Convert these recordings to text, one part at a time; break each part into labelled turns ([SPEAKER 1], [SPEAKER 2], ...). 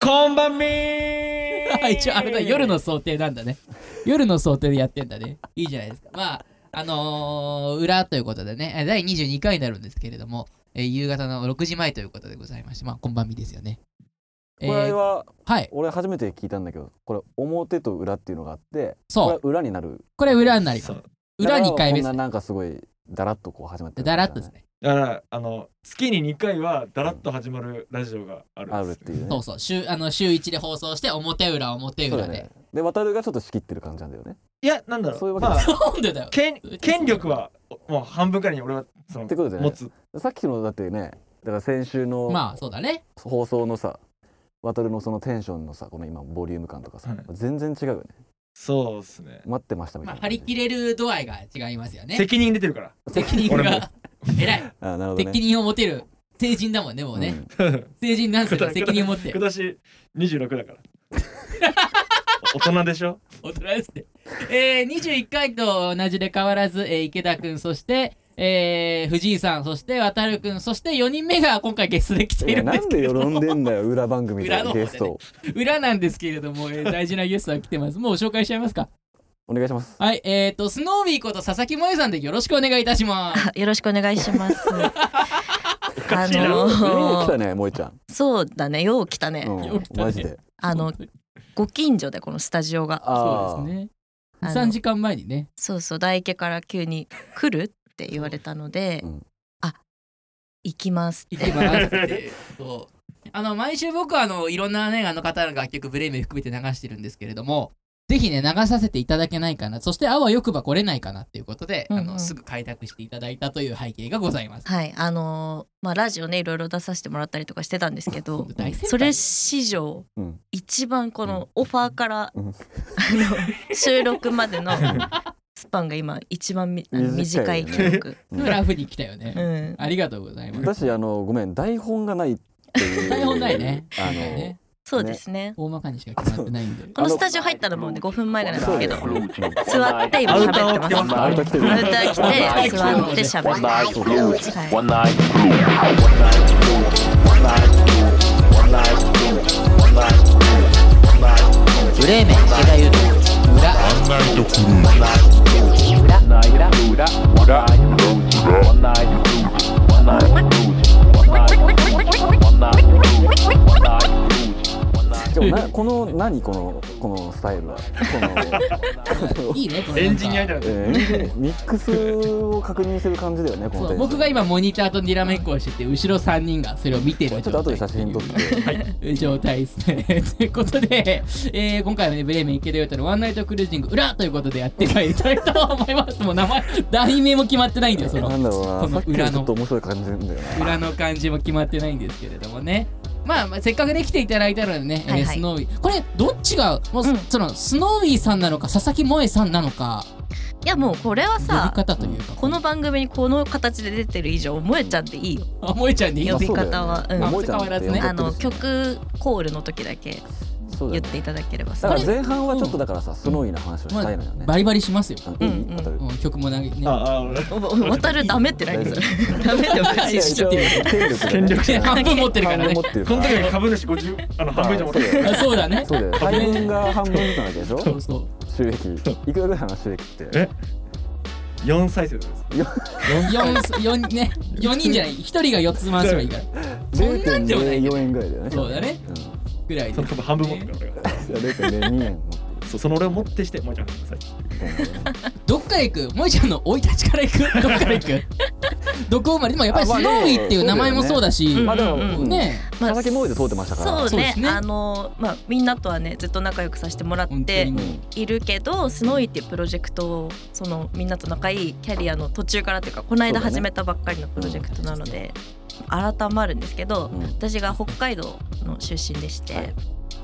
[SPEAKER 1] こんば んみ
[SPEAKER 2] あ 一応あれだ夜の想定なんだね夜の想定でやってんだねいいじゃないですかまああのー裏ということでねえ第22回になるんですけれども、えー夕方の6時前ということでございましてまあこんばんみですよねえー
[SPEAKER 3] これは
[SPEAKER 2] はい
[SPEAKER 3] 俺初めて聞いたんだけどこれ表と裏っていうのがあってこれ
[SPEAKER 2] そ
[SPEAKER 3] は
[SPEAKER 2] う
[SPEAKER 3] 裏になる
[SPEAKER 2] これ裏になります
[SPEAKER 1] そう
[SPEAKER 2] 裏2回目ですね
[SPEAKER 3] だからこんななんかすごいだらっとこう始まってる
[SPEAKER 2] だらっとですね
[SPEAKER 1] だからあの月に2回はだらっと始まるラジオがあるん
[SPEAKER 3] ある
[SPEAKER 1] で
[SPEAKER 3] っ
[SPEAKER 1] す
[SPEAKER 3] ていうね
[SPEAKER 2] そうそう週あの週1で放送して表裏表
[SPEAKER 3] そうだ
[SPEAKER 2] 裏で
[SPEAKER 3] ねで渡るがちょっと仕切ってる感じなんだよね
[SPEAKER 1] いやなんだろう
[SPEAKER 3] そういうわけ
[SPEAKER 1] ま
[SPEAKER 3] じゃ
[SPEAKER 1] あ
[SPEAKER 2] なんでだよ
[SPEAKER 1] 権権力はもう半分からいに俺はその
[SPEAKER 3] ってことでね
[SPEAKER 1] 持つ
[SPEAKER 3] さっきのだってねだから先週の
[SPEAKER 2] まあそうだね
[SPEAKER 3] 放送のさ渡るのそのテンションのさこの今ボリューム感とかさ、
[SPEAKER 1] はい
[SPEAKER 3] 全然違うよね
[SPEAKER 1] そうですね
[SPEAKER 3] 待ってましたみ
[SPEAKER 2] ま
[SPEAKER 3] たい
[SPEAKER 2] あ
[SPEAKER 3] な
[SPEAKER 2] 張
[SPEAKER 3] 感
[SPEAKER 2] り
[SPEAKER 3] じ、
[SPEAKER 2] 切れる度合いが違いますよね
[SPEAKER 1] 責任出てるから
[SPEAKER 2] 責任
[SPEAKER 1] 俺
[SPEAKER 2] が偉 い
[SPEAKER 3] あなるほどね
[SPEAKER 2] 責任を持てる成人だもんねもうね、
[SPEAKER 3] うん
[SPEAKER 2] 成人なんす けど
[SPEAKER 1] くだ
[SPEAKER 2] 責任を持って
[SPEAKER 1] 今年26だから お大人でしょ
[SPEAKER 2] 大人ですね。えー、21回と同じで変わらず、えー池田くん、そして、えー藤井さん、そして渡るくん、そして4人目が今回ゲストで来て
[SPEAKER 3] い
[SPEAKER 2] いる
[SPEAKER 3] や
[SPEAKER 2] ん
[SPEAKER 3] な
[SPEAKER 2] で
[SPEAKER 3] ん
[SPEAKER 2] すけ
[SPEAKER 3] で
[SPEAKER 2] れ
[SPEAKER 3] よ
[SPEAKER 2] ど
[SPEAKER 3] ろん
[SPEAKER 2] も、
[SPEAKER 3] でんだよ裏番組
[SPEAKER 2] 裏
[SPEAKER 3] で
[SPEAKER 2] の方でね
[SPEAKER 3] ゲストを
[SPEAKER 2] 裏なんですけれども、えー大事なゲストが来てます。もう紹介しちゃいますか。
[SPEAKER 3] お願いし ます
[SPEAKER 2] はい、えーと、スノービーこと佐々木萌えさんでよろしくお願いいたします。
[SPEAKER 4] あよろしくお願いします。あ
[SPEAKER 1] かしいな
[SPEAKER 3] よ
[SPEAKER 4] の
[SPEAKER 3] う来たね萌えちゃん、
[SPEAKER 4] そうだね、よう来たね。
[SPEAKER 3] うん
[SPEAKER 2] よう来たね
[SPEAKER 3] マジで
[SPEAKER 4] あのご近所でこのスタジオが、
[SPEAKER 3] ああ
[SPEAKER 2] そうですね。
[SPEAKER 4] あの
[SPEAKER 2] 3時間前にね、
[SPEAKER 4] そうそう大池から急に来るって言われたので、
[SPEAKER 3] うん
[SPEAKER 4] あ、行きますっ
[SPEAKER 2] 行
[SPEAKER 4] て
[SPEAKER 2] き。ますって。そうあの毎週僕はあのいろんなねあの方の楽曲ブレイメン含めて流してるんですけれどもぜひね流させていただけないかなそしてあわよくば来れないかなっていうことで、
[SPEAKER 4] うんうん
[SPEAKER 2] あのすぐ開拓していただいたという背景がございます。、
[SPEAKER 4] はい、あのーまあラジオねいろいろ出させてもらったりとかしてたんですけ ど
[SPEAKER 2] 大先輩
[SPEAKER 4] それ史上
[SPEAKER 3] うん
[SPEAKER 4] 一番このオファーから、
[SPEAKER 3] うん
[SPEAKER 4] あの収録までのスパンが今一番みあの
[SPEAKER 3] 短
[SPEAKER 4] 短
[SPEAKER 3] いよ
[SPEAKER 4] い
[SPEAKER 3] ね
[SPEAKER 4] 記録。
[SPEAKER 3] うん
[SPEAKER 2] ラフに来たよね、
[SPEAKER 4] うん。
[SPEAKER 2] ありがとうございます。
[SPEAKER 3] 私あのごめん台本がないっていう
[SPEAKER 2] 台本ないね。
[SPEAKER 3] あ
[SPEAKER 2] 今回ね
[SPEAKER 3] の
[SPEAKER 4] そうですね
[SPEAKER 2] 大まかにしか決まってないんで。
[SPEAKER 4] このスタジオ入ったのもね5分前ぐらいなんですけど
[SPEAKER 3] そうだよ
[SPEAKER 4] 座って今喋ってます
[SPEAKER 3] アウト来てる
[SPEAKER 4] アウター着て座って喋ってます
[SPEAKER 5] One night.
[SPEAKER 2] ブレーメン池田優斗裏
[SPEAKER 5] One night. One night. One night. One night. One night.
[SPEAKER 3] でもなこの何このこのスタイルはこの
[SPEAKER 2] いいねこれな
[SPEAKER 1] エ
[SPEAKER 2] んか
[SPEAKER 1] ンジニアだよね
[SPEAKER 3] えーミックスを確認してる感じだよねこの
[SPEAKER 2] そう
[SPEAKER 3] テンション
[SPEAKER 2] 僕が今モニターとにらめっこをしてて後ろ3人がそれを見てる
[SPEAKER 3] ちょっと後で写真撮って
[SPEAKER 2] 状態ですね。 ということで、えー今回はね、ブレーメン池田ヨタのワンナイトクルージング裏ということでやってまいりたいと思います。も う名前、題名も決まってないんだよ、そ
[SPEAKER 3] なん
[SPEAKER 2] の
[SPEAKER 3] だろう
[SPEAKER 2] こ
[SPEAKER 3] な
[SPEAKER 2] の
[SPEAKER 3] さっき
[SPEAKER 2] 裏
[SPEAKER 3] の
[SPEAKER 2] の
[SPEAKER 3] ちょっと面白い感じなんだよね
[SPEAKER 2] 裏の感じも決まってないんですけれどもね。まあ、まあ、せっかくね、来ていただいたのでね、えー
[SPEAKER 4] はいはい
[SPEAKER 2] スノーウィー。これ、どっちが、もう、
[SPEAKER 4] うん
[SPEAKER 2] その、スノーウィーさんなのか、佐々木萌えさんなのか、
[SPEAKER 4] いやもうこれは
[SPEAKER 2] 呼び
[SPEAKER 4] さ
[SPEAKER 2] 方というか、
[SPEAKER 4] この番組にこの形で出てる以上萌えちゃんでいいよ
[SPEAKER 2] あ、萌えちゃんでいい
[SPEAKER 4] 呼
[SPEAKER 2] の
[SPEAKER 4] び方はうん
[SPEAKER 3] もうちゃんって呼んでくれてるし
[SPEAKER 4] あの曲コールの時だけ
[SPEAKER 3] そうだよ
[SPEAKER 4] 言っ
[SPEAKER 3] ね
[SPEAKER 4] ていただければ
[SPEAKER 3] だ
[SPEAKER 4] さ
[SPEAKER 3] から前半はちょっとだからさスノーイーな話をしたいのよね
[SPEAKER 2] バリバリしますよ。
[SPEAKER 3] うんいい
[SPEAKER 4] うん
[SPEAKER 3] 当たる
[SPEAKER 2] うん、曲も投げ、ね。
[SPEAKER 1] ああ俺
[SPEAKER 4] おお渡るダメって何それダメっておかしい
[SPEAKER 3] いや
[SPEAKER 4] っ
[SPEAKER 3] 一
[SPEAKER 4] しょ
[SPEAKER 3] 応 権力だね
[SPEAKER 2] 半分持ってるからね
[SPEAKER 3] 半分持。ってるか
[SPEAKER 1] こ
[SPEAKER 3] ら
[SPEAKER 1] の時に株主50あの半分じゃ持ってる
[SPEAKER 2] あそうだね。
[SPEAKER 3] そうだよね大分が半分ずつなわけでしょ
[SPEAKER 2] そうそう。
[SPEAKER 3] 収益いくらぐらいなの収益って
[SPEAKER 1] え4再生です
[SPEAKER 2] 四四ね四人じゃない一人が四つ回せばいいからそんなんじゃないけど
[SPEAKER 3] 0.04円ぐらいだよね
[SPEAKER 2] そうだね
[SPEAKER 3] ん
[SPEAKER 2] ぐらい
[SPEAKER 1] そ
[SPEAKER 2] で
[SPEAKER 1] の株半分持ってるから俺が
[SPEAKER 3] いや0.02円持って
[SPEAKER 1] そうその俺を持ってしてもうちゃんください
[SPEAKER 2] どっから行くもえちゃんの生い立ちから 行くどっから行くどこ生まれでもやっぱりス
[SPEAKER 3] あま
[SPEAKER 2] ノ
[SPEAKER 3] あ
[SPEAKER 2] ー
[SPEAKER 3] ね
[SPEAKER 2] ウィーっていう名前もそうだし
[SPEAKER 3] るまあでも
[SPEAKER 4] うんうん
[SPEAKER 3] うん
[SPEAKER 2] ね
[SPEAKER 4] まあ
[SPEAKER 3] 佐々木萌えで通ってましたから
[SPEAKER 4] そう
[SPEAKER 2] そうで
[SPEAKER 4] ね
[SPEAKER 2] すね
[SPEAKER 4] あのまあみんなとはねずっと仲良くさせてもらっ
[SPEAKER 2] 本当
[SPEAKER 4] て
[SPEAKER 2] に
[SPEAKER 4] いるけどスノーイっていうプロジェクトをそのみんなと仲いいキャリアの途中からというかこの間
[SPEAKER 3] そうだね
[SPEAKER 4] 始めたばっかりのプロジェクトなので、改まるんですけど、
[SPEAKER 3] うん
[SPEAKER 4] 私が北海道の出身でして、
[SPEAKER 3] はい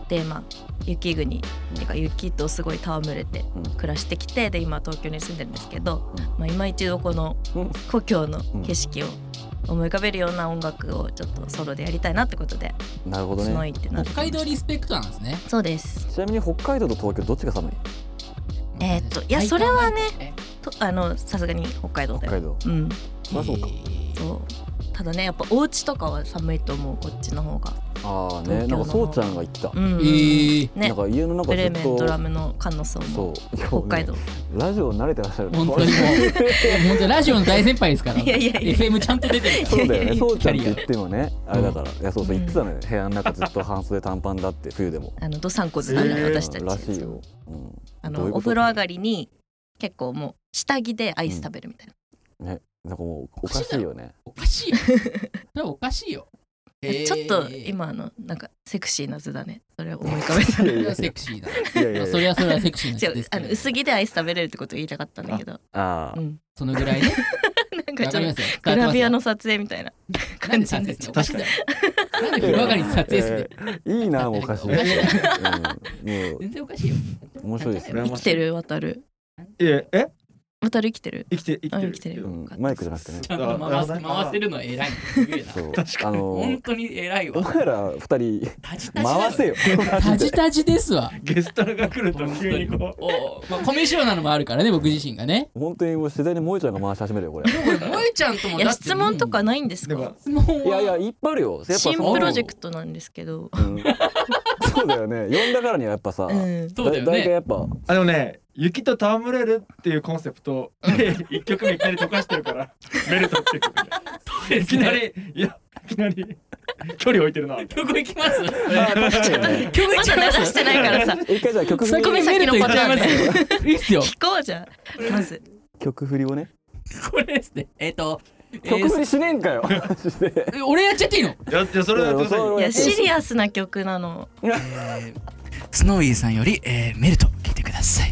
[SPEAKER 4] でまあ雪国っていうか雪とすごい戯れて
[SPEAKER 3] うん
[SPEAKER 4] 暮らしてきてで今東京に住んでるんですけど、
[SPEAKER 3] うん
[SPEAKER 4] まあ、今一度この
[SPEAKER 3] うん
[SPEAKER 4] 故郷の景色を思い浮かべるような音楽をちょっとソロでやりたいなってことで
[SPEAKER 3] なるほ
[SPEAKER 4] 「
[SPEAKER 3] ど
[SPEAKER 4] スノー
[SPEAKER 3] ね
[SPEAKER 4] イって
[SPEAKER 2] 北
[SPEAKER 4] なって
[SPEAKER 2] 海道リスペクトなんですね
[SPEAKER 4] そうです
[SPEAKER 3] ちなみに北海道と東京どっちが寒い
[SPEAKER 4] えーっといやそれはねとあのさすがに北海道だ
[SPEAKER 3] 北
[SPEAKER 4] よ。
[SPEAKER 3] 海道
[SPEAKER 4] うん
[SPEAKER 3] そりゃそうか
[SPEAKER 4] そうただねやっぱお家とかは寒いと思うこっちの方が
[SPEAKER 3] ああねなんかそうちゃんが言ってた、
[SPEAKER 4] うん、
[SPEAKER 2] えー、
[SPEAKER 4] ね
[SPEAKER 3] なんか家の中ず
[SPEAKER 4] ブレー
[SPEAKER 3] っ
[SPEAKER 4] メン
[SPEAKER 3] と
[SPEAKER 4] ドラムの菅野さん
[SPEAKER 3] そ
[SPEAKER 4] も
[SPEAKER 3] う今日ね
[SPEAKER 4] 北海道
[SPEAKER 3] ラジオ慣れてらっしゃる
[SPEAKER 2] 本当にもう、本当ラジオの大先輩ですから、
[SPEAKER 4] いやいやいや
[SPEAKER 2] FM ちゃんと出てる。
[SPEAKER 3] そうだよね、そうちゃんっ
[SPEAKER 2] キャリ
[SPEAKER 3] て言
[SPEAKER 2] ア
[SPEAKER 3] ってもね、あれだから、いやそうそう
[SPEAKER 4] うん
[SPEAKER 3] 言ってたのよ、部屋の中ずっと半袖短パンだって冬でも。
[SPEAKER 4] あのどさんこずだね、
[SPEAKER 1] えー
[SPEAKER 4] 私たち
[SPEAKER 3] らしいよ。うん
[SPEAKER 4] あ
[SPEAKER 3] どう
[SPEAKER 4] の
[SPEAKER 3] いうこと
[SPEAKER 4] お風呂上がりに結構もう下着でアイス食べるみたいな、
[SPEAKER 3] なんかもうおかしいよね。
[SPEAKER 2] おかしいよ。それおかしいよ。えー
[SPEAKER 4] ちょっと今あのなんかセクシーな図だね それを思い浮かべ
[SPEAKER 3] い
[SPEAKER 4] た
[SPEAKER 3] や
[SPEAKER 2] それは
[SPEAKER 3] いやい
[SPEAKER 2] セクシーだ。
[SPEAKER 3] やいやいや
[SPEAKER 2] それはそれはセクシーな人
[SPEAKER 4] 違
[SPEAKER 2] で
[SPEAKER 4] う
[SPEAKER 2] すけ
[SPEAKER 4] あ
[SPEAKER 2] ど
[SPEAKER 4] の薄着でアイス食べれるってことを言いたかったんだけど
[SPEAKER 3] あ
[SPEAKER 4] うん、
[SPEAKER 2] そのぐらいね。
[SPEAKER 4] なんか
[SPEAKER 2] わ
[SPEAKER 4] ち
[SPEAKER 2] かり
[SPEAKER 4] ょ
[SPEAKER 2] ま
[SPEAKER 4] っと
[SPEAKER 2] すよ。
[SPEAKER 4] グラビアの撮影みたいな感じになっちゃ
[SPEAKER 2] お
[SPEAKER 4] う
[SPEAKER 2] かしいなんで風呂上がりに撮
[SPEAKER 3] あ。
[SPEAKER 2] 影する
[SPEAKER 3] えーいいな、もうおかしい。
[SPEAKER 2] おかしい
[SPEAKER 3] うんもう
[SPEAKER 2] 全然おかしいよ。
[SPEAKER 3] 面白いですね
[SPEAKER 4] 生きてる渡る
[SPEAKER 1] ええ
[SPEAKER 4] 渡る生きてる
[SPEAKER 1] 生きて生きて
[SPEAKER 4] うん
[SPEAKER 1] る
[SPEAKER 4] 生きてる
[SPEAKER 3] うんマイクじゃなくてね。
[SPEAKER 2] ちゃんと回す回せるのは偉い。すげえな
[SPEAKER 3] そう、あの
[SPEAKER 2] 本、当に偉い
[SPEAKER 3] お
[SPEAKER 2] わ。
[SPEAKER 3] 前ら二人
[SPEAKER 2] タジタジだよ
[SPEAKER 3] 回せよ。
[SPEAKER 2] タジタジですわ。
[SPEAKER 1] ゲストラが来ると急にこう
[SPEAKER 2] おまあ、コミュ障なのもあるからね、僕自身がね。
[SPEAKER 3] 本当にもう自然に萌えちゃんが回し始めるよ、これ。
[SPEAKER 2] これ、萌えちゃんとも
[SPEAKER 4] いや質問とか
[SPEAKER 2] い
[SPEAKER 4] ないんです
[SPEAKER 1] でも
[SPEAKER 4] か
[SPEAKER 2] 質問は。
[SPEAKER 3] いやいや、いっぱいあるよ。やっぱそ
[SPEAKER 4] 新
[SPEAKER 3] の
[SPEAKER 4] プロジェクトなんですけど、
[SPEAKER 3] うんそうだよね。呼んだからにはやっぱさ
[SPEAKER 4] う、ん、
[SPEAKER 2] そうだよ
[SPEAKER 3] 大
[SPEAKER 2] ね。
[SPEAKER 3] 体やっぱ。
[SPEAKER 1] あのね雪と戯れるっていうコンセプトで一曲目いきなり溶かしてるから メルトっていう曲でいきなりいやいきなり距離置いてるなみたい
[SPEAKER 2] 曲いきます
[SPEAKER 3] 一
[SPEAKER 2] 曲い
[SPEAKER 4] ま
[SPEAKER 2] っちゃ
[SPEAKER 4] だ
[SPEAKER 2] いま
[SPEAKER 4] 流
[SPEAKER 2] す
[SPEAKER 4] してないからさ
[SPEAKER 3] 回じゃあ曲振
[SPEAKER 4] そこ
[SPEAKER 3] り
[SPEAKER 4] 見せ先のパターンね
[SPEAKER 2] いっちゃいますよいいっすよ。
[SPEAKER 4] 聞こうじゃんまず
[SPEAKER 3] 曲振りをね
[SPEAKER 2] これですね。えっ、と、えー
[SPEAKER 3] 曲振りしねえんかよマジで
[SPEAKER 2] え俺やっちゃっていいの、
[SPEAKER 1] な。いやじゃそれはやってくださいよ
[SPEAKER 4] いやシリアスな曲なの
[SPEAKER 2] スノーイーさんより、えメルト聞いてください。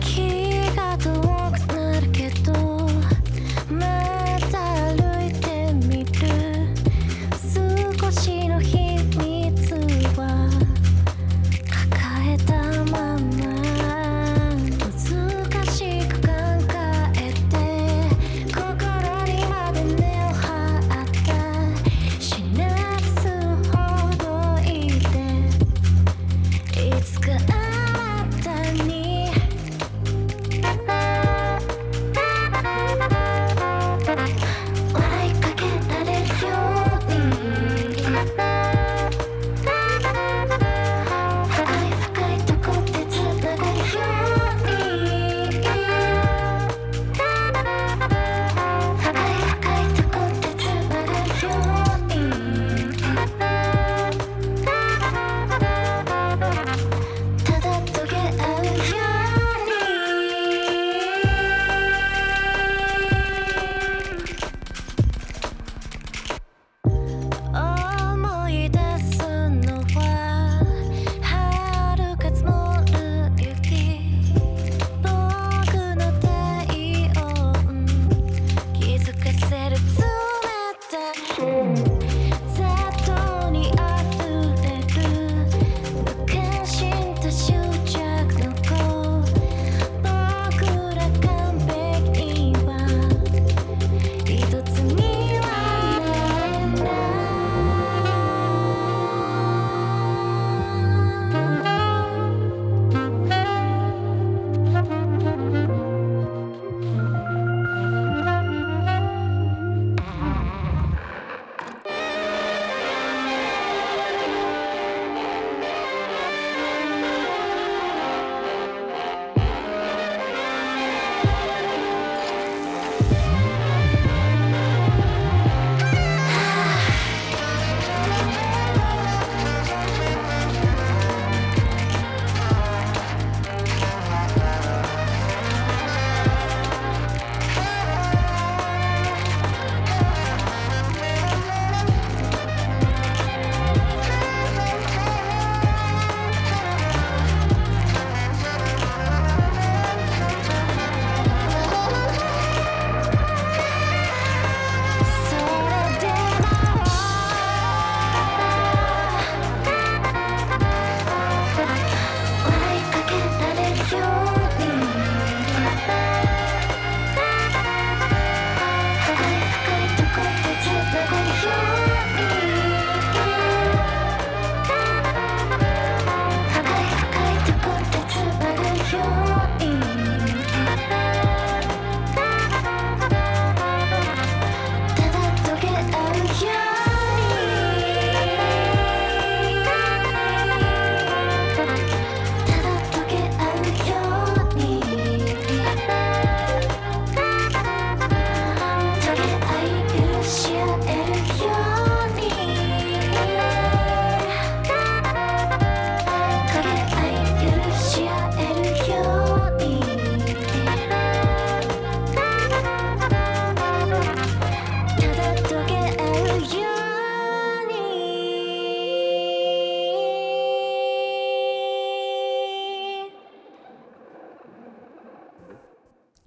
[SPEAKER 6] 気が遠くなるけど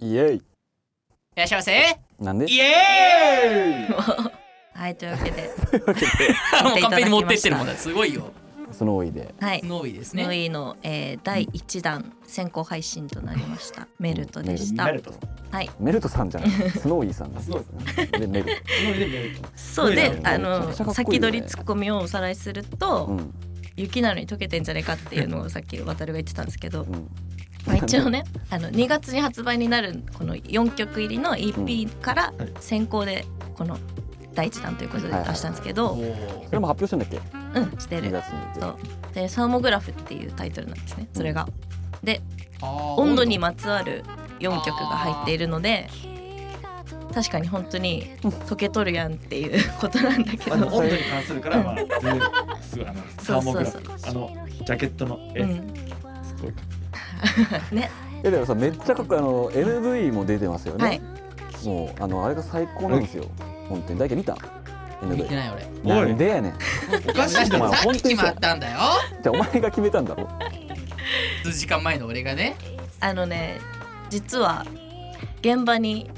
[SPEAKER 3] イエイ
[SPEAKER 2] いらっしゃいませ
[SPEAKER 3] なんで
[SPEAKER 2] イエーイ
[SPEAKER 4] はいというわけで
[SPEAKER 2] もう完璧に持ってってるもんだすごいよ
[SPEAKER 3] その多いで
[SPEAKER 4] はい
[SPEAKER 2] スノーイです
[SPEAKER 4] ノ
[SPEAKER 2] ね
[SPEAKER 4] イの、えー第1弾先行配信となりましたメルトでし
[SPEAKER 1] メ
[SPEAKER 4] た
[SPEAKER 1] ルト
[SPEAKER 4] はい
[SPEAKER 3] メルトさんじゃない スノーイーさんなん
[SPEAKER 1] そう
[SPEAKER 3] ですねでメル
[SPEAKER 1] スノイでメルト
[SPEAKER 4] そう
[SPEAKER 1] め
[SPEAKER 4] で
[SPEAKER 1] っ
[SPEAKER 3] ちゃ
[SPEAKER 4] あの
[SPEAKER 3] めっちゃかっこいい
[SPEAKER 4] 先
[SPEAKER 3] よね
[SPEAKER 4] 取りツッコミをおさらいすると、
[SPEAKER 3] トうん
[SPEAKER 4] 雪なのに溶けてんじゃねえかっていうのをさっき渡るが言ってたんですけど、
[SPEAKER 3] うん
[SPEAKER 4] まあ、一応ねあの2月に発売になるこの4曲入りの EP から
[SPEAKER 1] うんはい
[SPEAKER 4] 先行でこの第1弾ということで
[SPEAKER 3] はいはい
[SPEAKER 4] 出したんですけ
[SPEAKER 2] お
[SPEAKER 4] ど、
[SPEAKER 2] ー
[SPEAKER 3] それも発表したんだっけ
[SPEAKER 4] うんして
[SPEAKER 3] 2
[SPEAKER 4] る
[SPEAKER 3] 月に
[SPEAKER 4] そうで「サーモグラフ」っていうタイトルなんですねそれが
[SPEAKER 2] あー
[SPEAKER 4] 温度にまつわる4曲が入っているので確かに本当に溶けとるやんっていうことなんだけ
[SPEAKER 1] あの
[SPEAKER 4] ど。
[SPEAKER 1] 温度に関するからまあ全然すごいあのサーモグラフあのジャケットの絵、
[SPEAKER 4] うん
[SPEAKER 1] すごい
[SPEAKER 4] ね、
[SPEAKER 3] えでもさめっちゃかっこいいあの MV も出てますよね、
[SPEAKER 4] はい、
[SPEAKER 3] もうあのあれが最高なんですよ本当に大体見た
[SPEAKER 2] 見て
[SPEAKER 3] MV
[SPEAKER 2] ない俺
[SPEAKER 1] お
[SPEAKER 3] ないんでやねん
[SPEAKER 1] おかしいだ
[SPEAKER 3] ま
[SPEAKER 1] ろ
[SPEAKER 3] あ
[SPEAKER 2] さっ
[SPEAKER 3] 本
[SPEAKER 2] き
[SPEAKER 3] 当に
[SPEAKER 2] 決
[SPEAKER 3] そう
[SPEAKER 2] まったんだよ
[SPEAKER 3] じゃあお前が決めたんだろ
[SPEAKER 2] 数時間前の俺がね
[SPEAKER 4] あのね実は現場に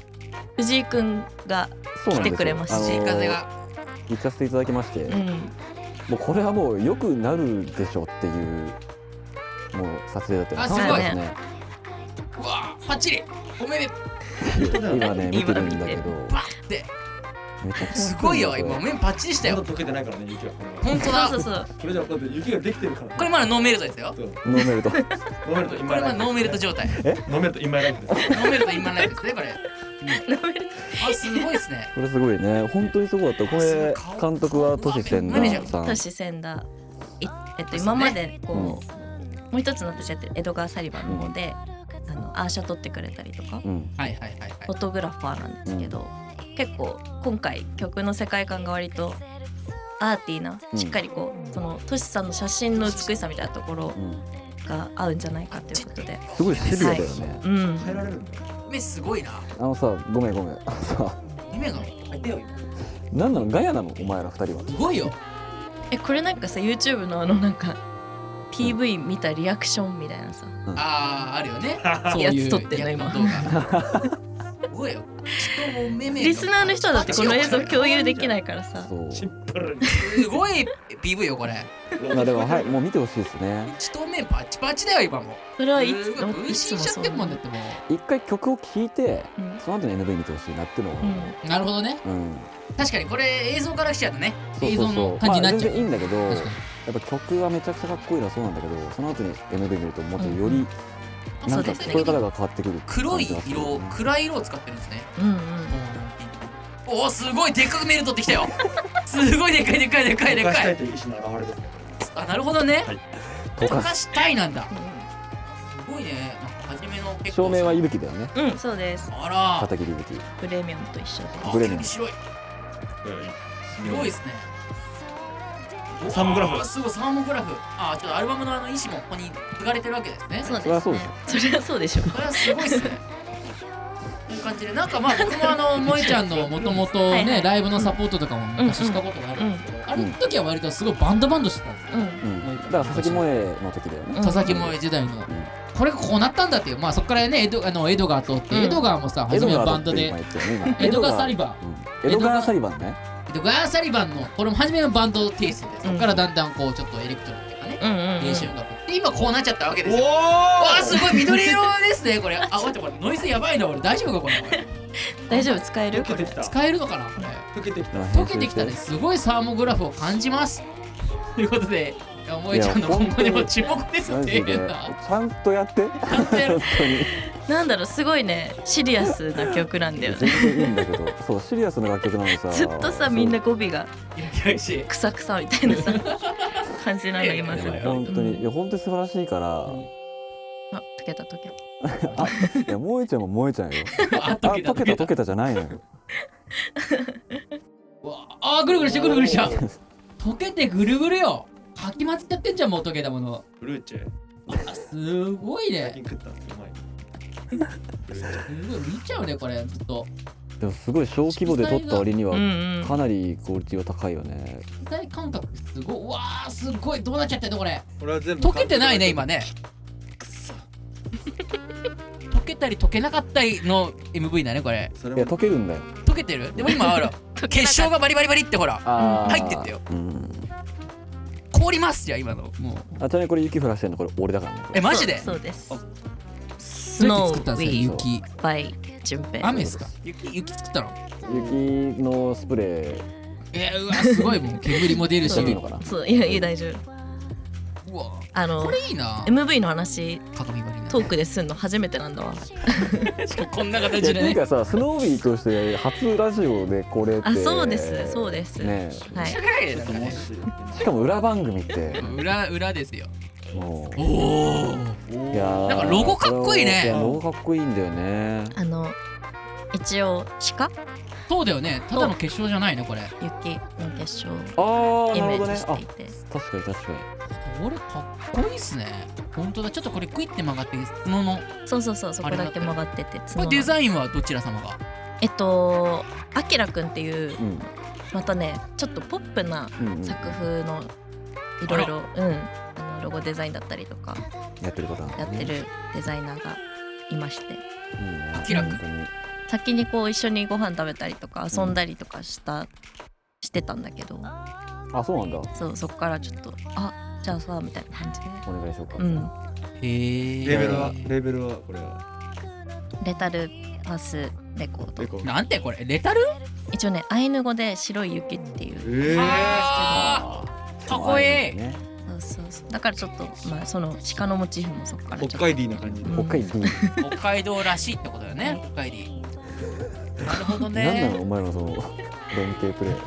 [SPEAKER 4] 藤井くんが
[SPEAKER 3] そうなんですよ
[SPEAKER 4] 来てくれました
[SPEAKER 3] あの
[SPEAKER 2] 新風が
[SPEAKER 3] 行かせていただきまして、
[SPEAKER 4] うん、
[SPEAKER 3] もうこれはもう良くなるでしょうっていうもう撮影だったよ
[SPEAKER 2] あ
[SPEAKER 4] すごい
[SPEAKER 3] そうですね
[SPEAKER 2] うわーパッチリおめでとう
[SPEAKER 1] 当だ
[SPEAKER 3] 今ね見てるんだけど
[SPEAKER 2] わーって
[SPEAKER 3] めちゃくちゃ
[SPEAKER 2] すごいよ
[SPEAKER 3] これ
[SPEAKER 2] 今面パッチリした
[SPEAKER 1] まだ
[SPEAKER 2] よ
[SPEAKER 1] 溶けてないからね雪はこれは
[SPEAKER 2] 本当だ
[SPEAKER 4] そうそうそう
[SPEAKER 1] これじゃあ今度雪ができてるから
[SPEAKER 2] これまだノーメルトですよ
[SPEAKER 1] そう
[SPEAKER 3] ノーメルト
[SPEAKER 1] 飲める
[SPEAKER 2] ことれ
[SPEAKER 1] 今
[SPEAKER 2] まだノーメルト
[SPEAKER 1] 状
[SPEAKER 2] 状態
[SPEAKER 1] 飲めると今ライフです
[SPEAKER 2] ノーメルト今ないですねこれあすごいですね
[SPEAKER 3] これすごいね本当にすごかったこれ監督はトシ千田さん
[SPEAKER 4] 都市線だいえっと今までこう、もう一つの私やってるエドガー・サリバンの方で、あのアーシャ撮ってくれたりとか
[SPEAKER 3] うん
[SPEAKER 2] はいはいはいはい
[SPEAKER 4] フォトグラファーなんですけど、結構今回曲の世界観が割とアーティーな
[SPEAKER 3] うん
[SPEAKER 4] しっかりこう、そのトシさんの写真の美しさみたいなところ
[SPEAKER 3] うん
[SPEAKER 4] が合うんじゃないかということで、
[SPEAKER 3] すごいシビアだよね
[SPEAKER 4] うん、
[SPEAKER 1] 変えられるんだ
[SPEAKER 2] 目すごいな
[SPEAKER 3] あのさごめんごめんあ のさ
[SPEAKER 2] 夢が入ってよ
[SPEAKER 3] 何なのガヤなのお前ら二人は
[SPEAKER 2] すごいよ
[SPEAKER 4] えこれなんかさ YouTube のあのなんか PV 見たリアクションみたいなさ
[SPEAKER 2] あーあるよね
[SPEAKER 4] そういうやつ撮ってんの今
[SPEAKER 2] 動画 すごいよしかもめめ
[SPEAKER 4] リスナーの人だってこの映像共有できないからさ
[SPEAKER 3] そう
[SPEAKER 1] シンプルに
[SPEAKER 2] すごい PV よこれ
[SPEAKER 3] まあでもはいもう見てほしいですね
[SPEAKER 2] 一と目パチパチだよ今も
[SPEAKER 4] それはい
[SPEAKER 2] す
[SPEAKER 4] つ
[SPEAKER 2] ごい分身しちゃってるもんだっても
[SPEAKER 3] 一回曲を聴いて
[SPEAKER 4] うん
[SPEAKER 3] その後に MV 見てほしいなっていうのは
[SPEAKER 4] うん
[SPEAKER 2] うなるほどね
[SPEAKER 3] うん
[SPEAKER 2] 確かにこれ映像からしちゃうとね
[SPEAKER 3] そう
[SPEAKER 2] 映
[SPEAKER 3] そう
[SPEAKER 2] 像
[SPEAKER 3] そ
[SPEAKER 2] の
[SPEAKER 3] う
[SPEAKER 2] 感じになっ
[SPEAKER 3] まあ
[SPEAKER 2] ちゃ
[SPEAKER 3] 全
[SPEAKER 2] う
[SPEAKER 3] 然いいんだけど
[SPEAKER 2] 確かに
[SPEAKER 3] やっぱ曲はめちゃくちゃかっこいいのはそうなんだけどその後に MV 見るともっとより
[SPEAKER 2] あ
[SPEAKER 3] な
[SPEAKER 2] そうんで
[SPEAKER 3] か
[SPEAKER 2] す
[SPEAKER 3] 聞
[SPEAKER 2] ね
[SPEAKER 3] こえ方が変わってくる
[SPEAKER 2] 黒い
[SPEAKER 3] 感じがする
[SPEAKER 2] 色
[SPEAKER 3] よね
[SPEAKER 2] 暗い色を使ってるんですね
[SPEAKER 4] うんうん
[SPEAKER 2] おおすごいでっかくメール取ってきたよ すごいでっかいでっかいでっかいでっ
[SPEAKER 1] 動かし
[SPEAKER 2] か
[SPEAKER 1] たい
[SPEAKER 2] い
[SPEAKER 1] という意思の表れですね
[SPEAKER 2] あなるほどね
[SPEAKER 1] はい
[SPEAKER 2] 溶かしたいなんだ
[SPEAKER 4] う
[SPEAKER 2] すごいねなんか初めの結構
[SPEAKER 3] 照明は伊吹だよね
[SPEAKER 4] ん、うん、そうです
[SPEAKER 2] あら
[SPEAKER 3] 片桐伊吹
[SPEAKER 4] プレミアムと一緒で
[SPEAKER 2] あ
[SPEAKER 3] ブレメン
[SPEAKER 2] 白いすごいですね
[SPEAKER 1] サーモグラフ
[SPEAKER 2] うわすごいサーモグラフあーちょっとアルバムのあの意思もここに継がれてるわけですね
[SPEAKER 4] そう
[SPEAKER 3] そり
[SPEAKER 4] で
[SPEAKER 3] ゃ
[SPEAKER 4] す
[SPEAKER 3] そう
[SPEAKER 4] ね
[SPEAKER 3] でしょ
[SPEAKER 4] それはそうでしょ
[SPEAKER 2] これはすごいっす ね。という感じで、なんかまあ僕もあの萌えちゃんのもともと
[SPEAKER 4] はいは
[SPEAKER 2] ね
[SPEAKER 4] い
[SPEAKER 2] ライブのサポートとかも昔したことがあるんですけど、あれの時は割とすごいバンドバンドしてたんですよ。
[SPEAKER 4] うん
[SPEAKER 3] うんだから佐々木萌えの時だよね
[SPEAKER 4] うん
[SPEAKER 2] 佐々木萌え時代の
[SPEAKER 3] ん
[SPEAKER 2] これがこうなったんだっていうまあそこからねエドあのエドガーとって、
[SPEAKER 4] うん
[SPEAKER 2] エドガーもさ
[SPEAKER 3] エ
[SPEAKER 2] 初
[SPEAKER 3] ド
[SPEAKER 2] めは
[SPEAKER 3] ガ
[SPEAKER 2] バ
[SPEAKER 3] ー
[SPEAKER 2] ン
[SPEAKER 3] だ
[SPEAKER 2] ド
[SPEAKER 3] って
[SPEAKER 2] で
[SPEAKER 3] 今言ったよね今
[SPEAKER 2] エドガーサリバン
[SPEAKER 3] うんエドガーサリバンね
[SPEAKER 2] エドガー・サリバンのこれも初めはバンドテイストでそこからだんだんこうちょっとエレクトロンというかね
[SPEAKER 4] うんうん
[SPEAKER 2] 練習音楽で今こうなっちゃったわけですよ。わあ
[SPEAKER 1] お
[SPEAKER 2] すごい緑色ですねこれ あ待ってこれノイズやばいな俺大丈夫かこれこれ
[SPEAKER 4] 大丈夫使える
[SPEAKER 1] 溶けてきた
[SPEAKER 2] 使えるのかなこれ
[SPEAKER 1] 溶けてきた
[SPEAKER 2] 溶けてきたねすごいサーモグラフを感じますということで萌えちゃんの今後にも注目です
[SPEAKER 3] マ
[SPEAKER 2] っ
[SPEAKER 3] ジ
[SPEAKER 2] て
[SPEAKER 3] で
[SPEAKER 2] いう
[SPEAKER 3] ち
[SPEAKER 2] な
[SPEAKER 3] ゃんとやって
[SPEAKER 2] ちゃんとやる
[SPEAKER 3] 本当に
[SPEAKER 4] なんだろうすごいねシリアスな曲なんだよね
[SPEAKER 3] 全然いいんだけどそうシリアスな楽曲なのにさ
[SPEAKER 4] ずっとさみんな語尾が
[SPEAKER 2] キラキラし
[SPEAKER 4] クサクサみたいなさ感じなのいま
[SPEAKER 2] ますす
[SPEAKER 3] いや本当
[SPEAKER 4] うん
[SPEAKER 3] にいや本当に素晴らしいから、
[SPEAKER 4] あ溶けた溶けた
[SPEAKER 3] いや萌えちゃんも萌えちゃんよあ
[SPEAKER 2] あ溶けた
[SPEAKER 3] 溶けた溶けたじゃないのよ
[SPEAKER 2] うわあーぐるぐるしてぐるぐるした溶けてぐるぐるよかき混ぜちゃってんじゃんもう溶けたもの
[SPEAKER 1] フルーチェ
[SPEAKER 2] あすごい
[SPEAKER 1] 最近
[SPEAKER 2] ね
[SPEAKER 1] 食ったんですよ
[SPEAKER 2] すごい見ちゃうねこれずっと
[SPEAKER 3] でもすごい小規模で撮った割には
[SPEAKER 4] うんうん
[SPEAKER 3] かなりクオリティは高いよね
[SPEAKER 2] 時代感覚すごいうわーすごいどうなっちゃってんのこれ
[SPEAKER 1] これは全部
[SPEAKER 2] 溶けてないね今ねくそ溶けたり溶けなかったりの MV だねこれ
[SPEAKER 1] そ
[SPEAKER 3] い
[SPEAKER 1] れ
[SPEAKER 3] や
[SPEAKER 1] も
[SPEAKER 3] 溶けるんだよ
[SPEAKER 2] 溶けてるでも今 あら結晶がバリバリバリってほら
[SPEAKER 3] あー
[SPEAKER 2] 入ってったよ
[SPEAKER 3] うん
[SPEAKER 2] 凍りますじゃん今のもう
[SPEAKER 3] あちなみにこれ雪降らしてんのこれ俺だからねこれ
[SPEAKER 2] えマジで
[SPEAKER 4] そうそうです
[SPEAKER 1] あ
[SPEAKER 4] ス
[SPEAKER 2] どうやって
[SPEAKER 4] ノ
[SPEAKER 2] 作った
[SPEAKER 4] ー
[SPEAKER 2] ん
[SPEAKER 4] ウ
[SPEAKER 2] ですか
[SPEAKER 4] ィー
[SPEAKER 2] 雪
[SPEAKER 4] バイ順平
[SPEAKER 2] 雨ですか雪雪作ったの
[SPEAKER 3] 雪のスプレ
[SPEAKER 2] えー、うわすごい もう煙も出るし
[SPEAKER 3] やっていいのかな
[SPEAKER 4] そういやいや大丈夫
[SPEAKER 2] うわ
[SPEAKER 4] あ
[SPEAKER 2] こ
[SPEAKER 4] の
[SPEAKER 2] れいいな
[SPEAKER 4] MV の話
[SPEAKER 2] 鏡張りな
[SPEAKER 4] トークですんの初めてなんだわ
[SPEAKER 2] しかもこんない
[SPEAKER 3] や
[SPEAKER 2] 形
[SPEAKER 3] って
[SPEAKER 2] で
[SPEAKER 3] いう
[SPEAKER 2] ね
[SPEAKER 3] かさスノービーとして初ラジオでこれって
[SPEAKER 4] あそうですそうです
[SPEAKER 3] ね
[SPEAKER 4] はい
[SPEAKER 2] 社会
[SPEAKER 1] ちょっともし
[SPEAKER 3] しかも裏番組って
[SPEAKER 2] 裏裏ですよ
[SPEAKER 3] も
[SPEAKER 2] おお
[SPEAKER 3] ういやー
[SPEAKER 2] なんかロゴかっこいいね
[SPEAKER 3] それはやロゴかっこいいんだよね
[SPEAKER 4] あの一応鹿
[SPEAKER 2] そうだよねただの結晶じゃないのこれ
[SPEAKER 4] 雪の結晶を
[SPEAKER 3] あー
[SPEAKER 4] イ
[SPEAKER 3] な
[SPEAKER 4] メ
[SPEAKER 3] るほど
[SPEAKER 4] ー
[SPEAKER 3] ね
[SPEAKER 4] ジしていて、
[SPEAKER 3] あ確かに確かに
[SPEAKER 2] これかっこいいっすね本当だちょっとこれクイって曲がって角の
[SPEAKER 4] そうそうそうそこだけ曲がってて
[SPEAKER 2] こ
[SPEAKER 4] 角
[SPEAKER 2] れ
[SPEAKER 4] が
[SPEAKER 2] デザインはどちら様が
[SPEAKER 4] えっとあきらくんっていう
[SPEAKER 3] うん
[SPEAKER 4] またねちょっとポップな
[SPEAKER 3] うんうん
[SPEAKER 4] 作風のいろいろうんあのロゴデザインだったりとか
[SPEAKER 3] やってる方なん
[SPEAKER 4] や
[SPEAKER 3] だ
[SPEAKER 4] っ
[SPEAKER 3] ね
[SPEAKER 4] てるデザイナーがいまして
[SPEAKER 3] いいね
[SPEAKER 2] 明らか
[SPEAKER 3] 本当に
[SPEAKER 4] 先にこう一緒にご飯食べたりとか遊んだりとかした、してたんだけど
[SPEAKER 3] あそうなんだ
[SPEAKER 4] そうそこからちょっとあじゃあさみたいな感じで
[SPEAKER 3] お願いしようか、
[SPEAKER 4] うん
[SPEAKER 2] へえ
[SPEAKER 1] レベルはレベルはこれは
[SPEAKER 4] レタルパスレコード
[SPEAKER 1] レコ
[SPEAKER 2] なんてこれレタル
[SPEAKER 4] 一応ねアイヌ語で白い雪っていう
[SPEAKER 1] えー
[SPEAKER 2] あーかっこいい
[SPEAKER 3] ね
[SPEAKER 4] そうそうそうだからちょっとまあその鹿のモチーフもそこからちょっと
[SPEAKER 1] 北海道な感じで
[SPEAKER 3] 北海道
[SPEAKER 2] 北海道らしいってことだよね北海道なるほど
[SPEAKER 3] 何なの
[SPEAKER 2] ね
[SPEAKER 3] お前のその連携プレー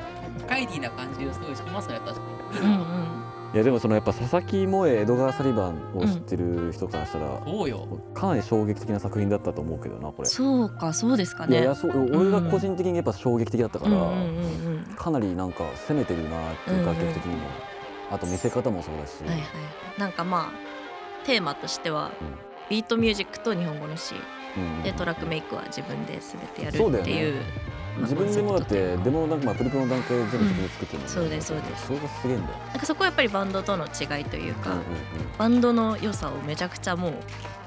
[SPEAKER 2] 北海道な感じがすごいしますね確か
[SPEAKER 4] うんうん
[SPEAKER 3] いやでもそのやっぱ佐々木萌江江戸川サリバンを知ってる人からした
[SPEAKER 2] に
[SPEAKER 3] ら、
[SPEAKER 2] そうよ
[SPEAKER 3] かなり衝撃的な作品だったと思うけどなこれ
[SPEAKER 4] そうかそうですか
[SPEAKER 3] いやい
[SPEAKER 4] ね
[SPEAKER 3] やそう俺が個人的にやっぱ衝撃的だったか
[SPEAKER 4] う
[SPEAKER 3] ら、
[SPEAKER 4] んうんうんうん
[SPEAKER 3] かなりなんか攻めてるなっていう楽曲的にも、あと見せ方もそうだし、
[SPEAKER 4] はいはいなんかまあテーマとしては、
[SPEAKER 3] うん
[SPEAKER 4] ビートミュージックと日本語の詩
[SPEAKER 3] うん
[SPEAKER 4] でトラックメイクは自分で全てやる
[SPEAKER 3] そうだよ
[SPEAKER 4] っ
[SPEAKER 3] ね
[SPEAKER 4] ていう
[SPEAKER 3] 自分でもだってデモのなんかまあプリプリの段階で全部自分で作ってるの、
[SPEAKER 4] うんそうですそうです
[SPEAKER 3] それがすげえんだよ、
[SPEAKER 4] なんかそこはやっぱりバンドとの違いという
[SPEAKER 3] うん
[SPEAKER 4] か、
[SPEAKER 3] うんうん
[SPEAKER 4] バンドの良さをめちゃくちゃもう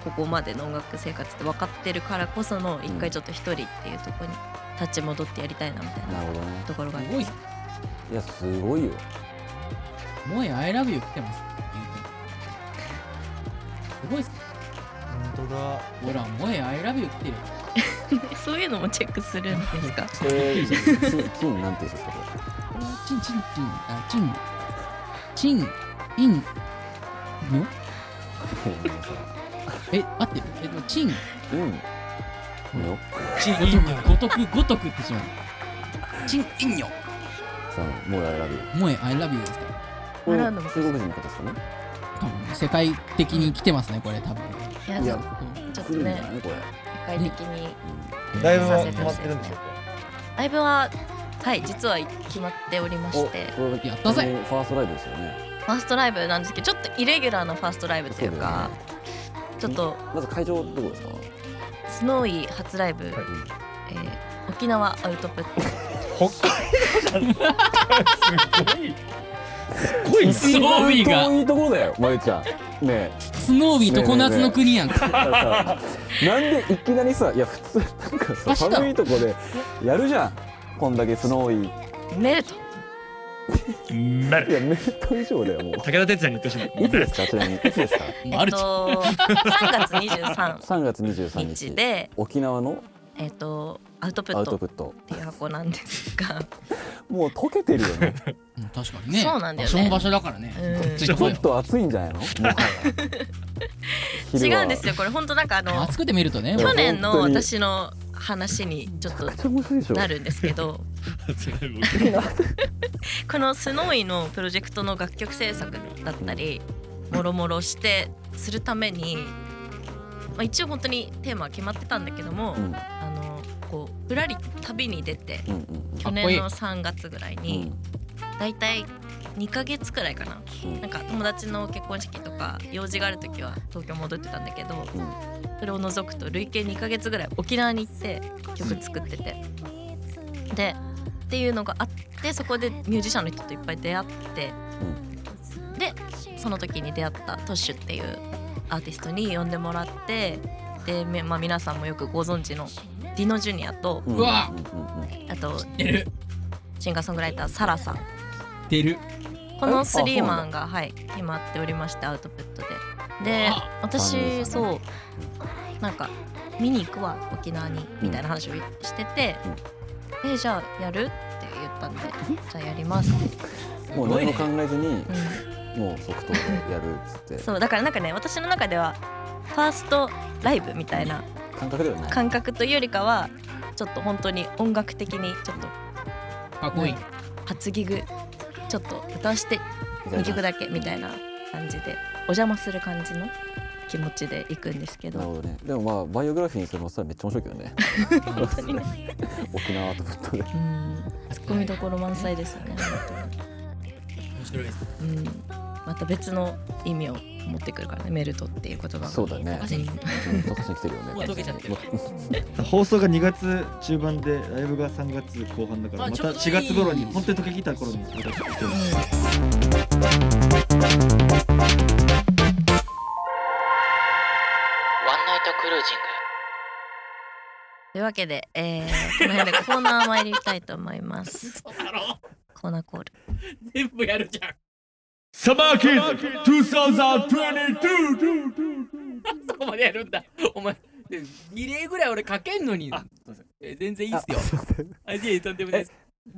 [SPEAKER 4] ここまでの音楽生活って分かってるからこその一回ちょっと一人っていうところに立ち戻ってやりたいなみたい
[SPEAKER 3] な
[SPEAKER 4] な
[SPEAKER 3] るほどね
[SPEAKER 4] ところがあり
[SPEAKER 2] すごい
[SPEAKER 3] いやすごいよ
[SPEAKER 2] 萌え I love you 来てますすごいっす
[SPEAKER 1] 本当だ
[SPEAKER 2] ほら萌え I love you 来てるよ
[SPEAKER 4] ますそういうのもチェックするんですか
[SPEAKER 3] えー、チンチンなんて言うんですかこれ
[SPEAKER 2] これはチンチンチンあチンチンインのえ合ってるえでもチン
[SPEAKER 3] うんよ
[SPEAKER 2] チンインよごとくごとくってしまうチンインよ
[SPEAKER 3] さあもう選ぶよ
[SPEAKER 2] 萌え I love you ですから
[SPEAKER 3] これ
[SPEAKER 4] あら
[SPEAKER 3] 中国人の方ですかね
[SPEAKER 2] 多分世界的に来てますねこれ多分
[SPEAKER 4] いや
[SPEAKER 3] いや
[SPEAKER 4] ちょっと
[SPEAKER 3] 来るんじゃ
[SPEAKER 4] ね
[SPEAKER 3] ないこれ
[SPEAKER 4] 世界的に
[SPEAKER 1] ライブは決まってるんでしょうか
[SPEAKER 4] ライブははい実は決まっておりまして
[SPEAKER 3] おこれ
[SPEAKER 2] やったぜ
[SPEAKER 3] ファーストライブですよね
[SPEAKER 4] ファーストライブなんですけどちょっとイレギュラーなファーストライブというかち
[SPEAKER 3] そ
[SPEAKER 4] ょ
[SPEAKER 3] う
[SPEAKER 4] っ
[SPEAKER 3] だよ
[SPEAKER 4] と
[SPEAKER 3] まず会場どこですか
[SPEAKER 4] スノーイー初ライブ、
[SPEAKER 1] はい
[SPEAKER 4] えー沖縄アウトプッ ト
[SPEAKER 1] 北海道じゃんすごいすごい
[SPEAKER 2] スノービーが
[SPEAKER 3] 遠いところだよまゆちゃんねえ
[SPEAKER 2] スノービーと小夏の国やんか
[SPEAKER 3] だからさなんでいきなりさいや普通なんかさ
[SPEAKER 2] 確か
[SPEAKER 3] 寒いとこでやるじゃんこんだけスノーイー
[SPEAKER 4] メルト
[SPEAKER 1] なる
[SPEAKER 3] いやメートル以上だよもう
[SPEAKER 1] 武田鉄矢に言ってほしい
[SPEAKER 3] いつですかちなみにいつですか
[SPEAKER 4] え
[SPEAKER 2] マ
[SPEAKER 4] っ
[SPEAKER 2] ルチ
[SPEAKER 4] と3月23
[SPEAKER 3] 3月23日
[SPEAKER 4] 日で
[SPEAKER 3] 沖縄の
[SPEAKER 4] えっとアウトプ
[SPEAKER 3] ア
[SPEAKER 4] ッ
[SPEAKER 3] ウト
[SPEAKER 4] ト
[SPEAKER 3] プット
[SPEAKER 4] っていう箱なんですが、
[SPEAKER 3] もう溶けてるよね
[SPEAKER 2] うん確かにね
[SPEAKER 4] そうなんだよね
[SPEAKER 2] 場所も場所だからね
[SPEAKER 4] うん
[SPEAKER 2] ち
[SPEAKER 3] ち
[SPEAKER 2] ょっと
[SPEAKER 3] ょっと暑いんじゃないのもはや
[SPEAKER 4] 違
[SPEAKER 3] 昼は
[SPEAKER 4] うんですよこれ本当なんかあの
[SPEAKER 2] 熱くて見るとね
[SPEAKER 3] いや
[SPEAKER 4] 去年の
[SPEAKER 3] 本当に
[SPEAKER 4] 私の話にちょっ
[SPEAKER 3] めちゃく
[SPEAKER 4] と
[SPEAKER 3] ちゃ面白いでしょ
[SPEAKER 4] なるんですけどこのスノーイのプロジェクトの楽曲制作だったりもろもろしてするために、まあ、一応本当にテーマは決まってたんだけども、
[SPEAKER 3] うん
[SPEAKER 4] あのこうふらり旅に出て
[SPEAKER 3] うんうん
[SPEAKER 2] か
[SPEAKER 4] 去
[SPEAKER 2] っこいい
[SPEAKER 4] 年の3月ぐらいうに
[SPEAKER 3] ん
[SPEAKER 4] だいたい2ヶ月くらいかな
[SPEAKER 3] うん
[SPEAKER 4] なんか友達の結婚式とか用事がある時は東京戻ってたんだけど、
[SPEAKER 3] うん
[SPEAKER 4] それを除くと累計2ヶ月ぐらい沖縄に行って曲作ってて、でっていうのがあってそこでミュージシャンの人といっぱい出会って、でその時に出会ったトッシュっていうアーティストに呼んでもらってで、めまあ、皆さんもよくご存知のディノ・ジュニアと
[SPEAKER 3] うん
[SPEAKER 2] うわ
[SPEAKER 3] うんうんうん
[SPEAKER 4] あと
[SPEAKER 2] 出る
[SPEAKER 4] シンガーソングライターサラさん
[SPEAKER 2] 出る
[SPEAKER 4] こ
[SPEAKER 3] あ
[SPEAKER 4] の
[SPEAKER 3] そうなんだ
[SPEAKER 4] 3マンがはい決まっておりましてアウトプットでで
[SPEAKER 2] あ
[SPEAKER 4] 私
[SPEAKER 3] そうなん
[SPEAKER 4] そうなんか見に行くわ沖縄にみたいな話をしてて、えじゃあやるって言ったんでじゃあやりますって、
[SPEAKER 3] もう何も考えずに
[SPEAKER 4] うん
[SPEAKER 3] もう即答でやるっつって
[SPEAKER 4] そうだからなんかね私の中ではファーストライブみたいな
[SPEAKER 3] 感覚ではない
[SPEAKER 4] 感覚というよりかはちょっと本当に音楽的にちょっと
[SPEAKER 2] かっこいい
[SPEAKER 4] 初ギグちょっと歌わして
[SPEAKER 3] みたい
[SPEAKER 4] 2
[SPEAKER 3] な
[SPEAKER 4] 曲だけみたいな感じでお邪魔する感じの気持ちで行くんですけ
[SPEAKER 3] なる
[SPEAKER 4] ど
[SPEAKER 3] ほどねでもまあバイオグラフィーにそれもさめっちゃ面白いけどね
[SPEAKER 4] 本当にね
[SPEAKER 3] 沖縄とぶっ飛で
[SPEAKER 4] うんツッコミどころ満載ですよね、
[SPEAKER 2] 面白いです
[SPEAKER 4] うん、また別の意味を持ってくるからねメルトっていう言葉が
[SPEAKER 3] そうだね
[SPEAKER 2] 探しに
[SPEAKER 4] ん
[SPEAKER 2] 行く
[SPEAKER 3] うん特に来てるよね
[SPEAKER 2] もう溶けちゃってる
[SPEAKER 1] 放送が2月中盤でライブが3月後半だから
[SPEAKER 2] あ
[SPEAKER 1] ま
[SPEAKER 2] ち
[SPEAKER 1] た
[SPEAKER 2] ょうどいい
[SPEAKER 1] 4月頃に本当に溶け切った頃にまた来てほしい
[SPEAKER 6] ワンナイトクルージング。
[SPEAKER 4] というわけで、えー、この辺でコーナー参りたいと思います。
[SPEAKER 2] そうだろ
[SPEAKER 4] コーナーコール。
[SPEAKER 2] 全部やるじゃん
[SPEAKER 1] サマーキーズ2022
[SPEAKER 2] そこまでやるんだお前でリレーぐらい俺かけんのに
[SPEAKER 1] あすいません
[SPEAKER 2] え全然いいっ
[SPEAKER 3] あ
[SPEAKER 2] すよ
[SPEAKER 3] すいません
[SPEAKER 2] あいえいえとんでもないです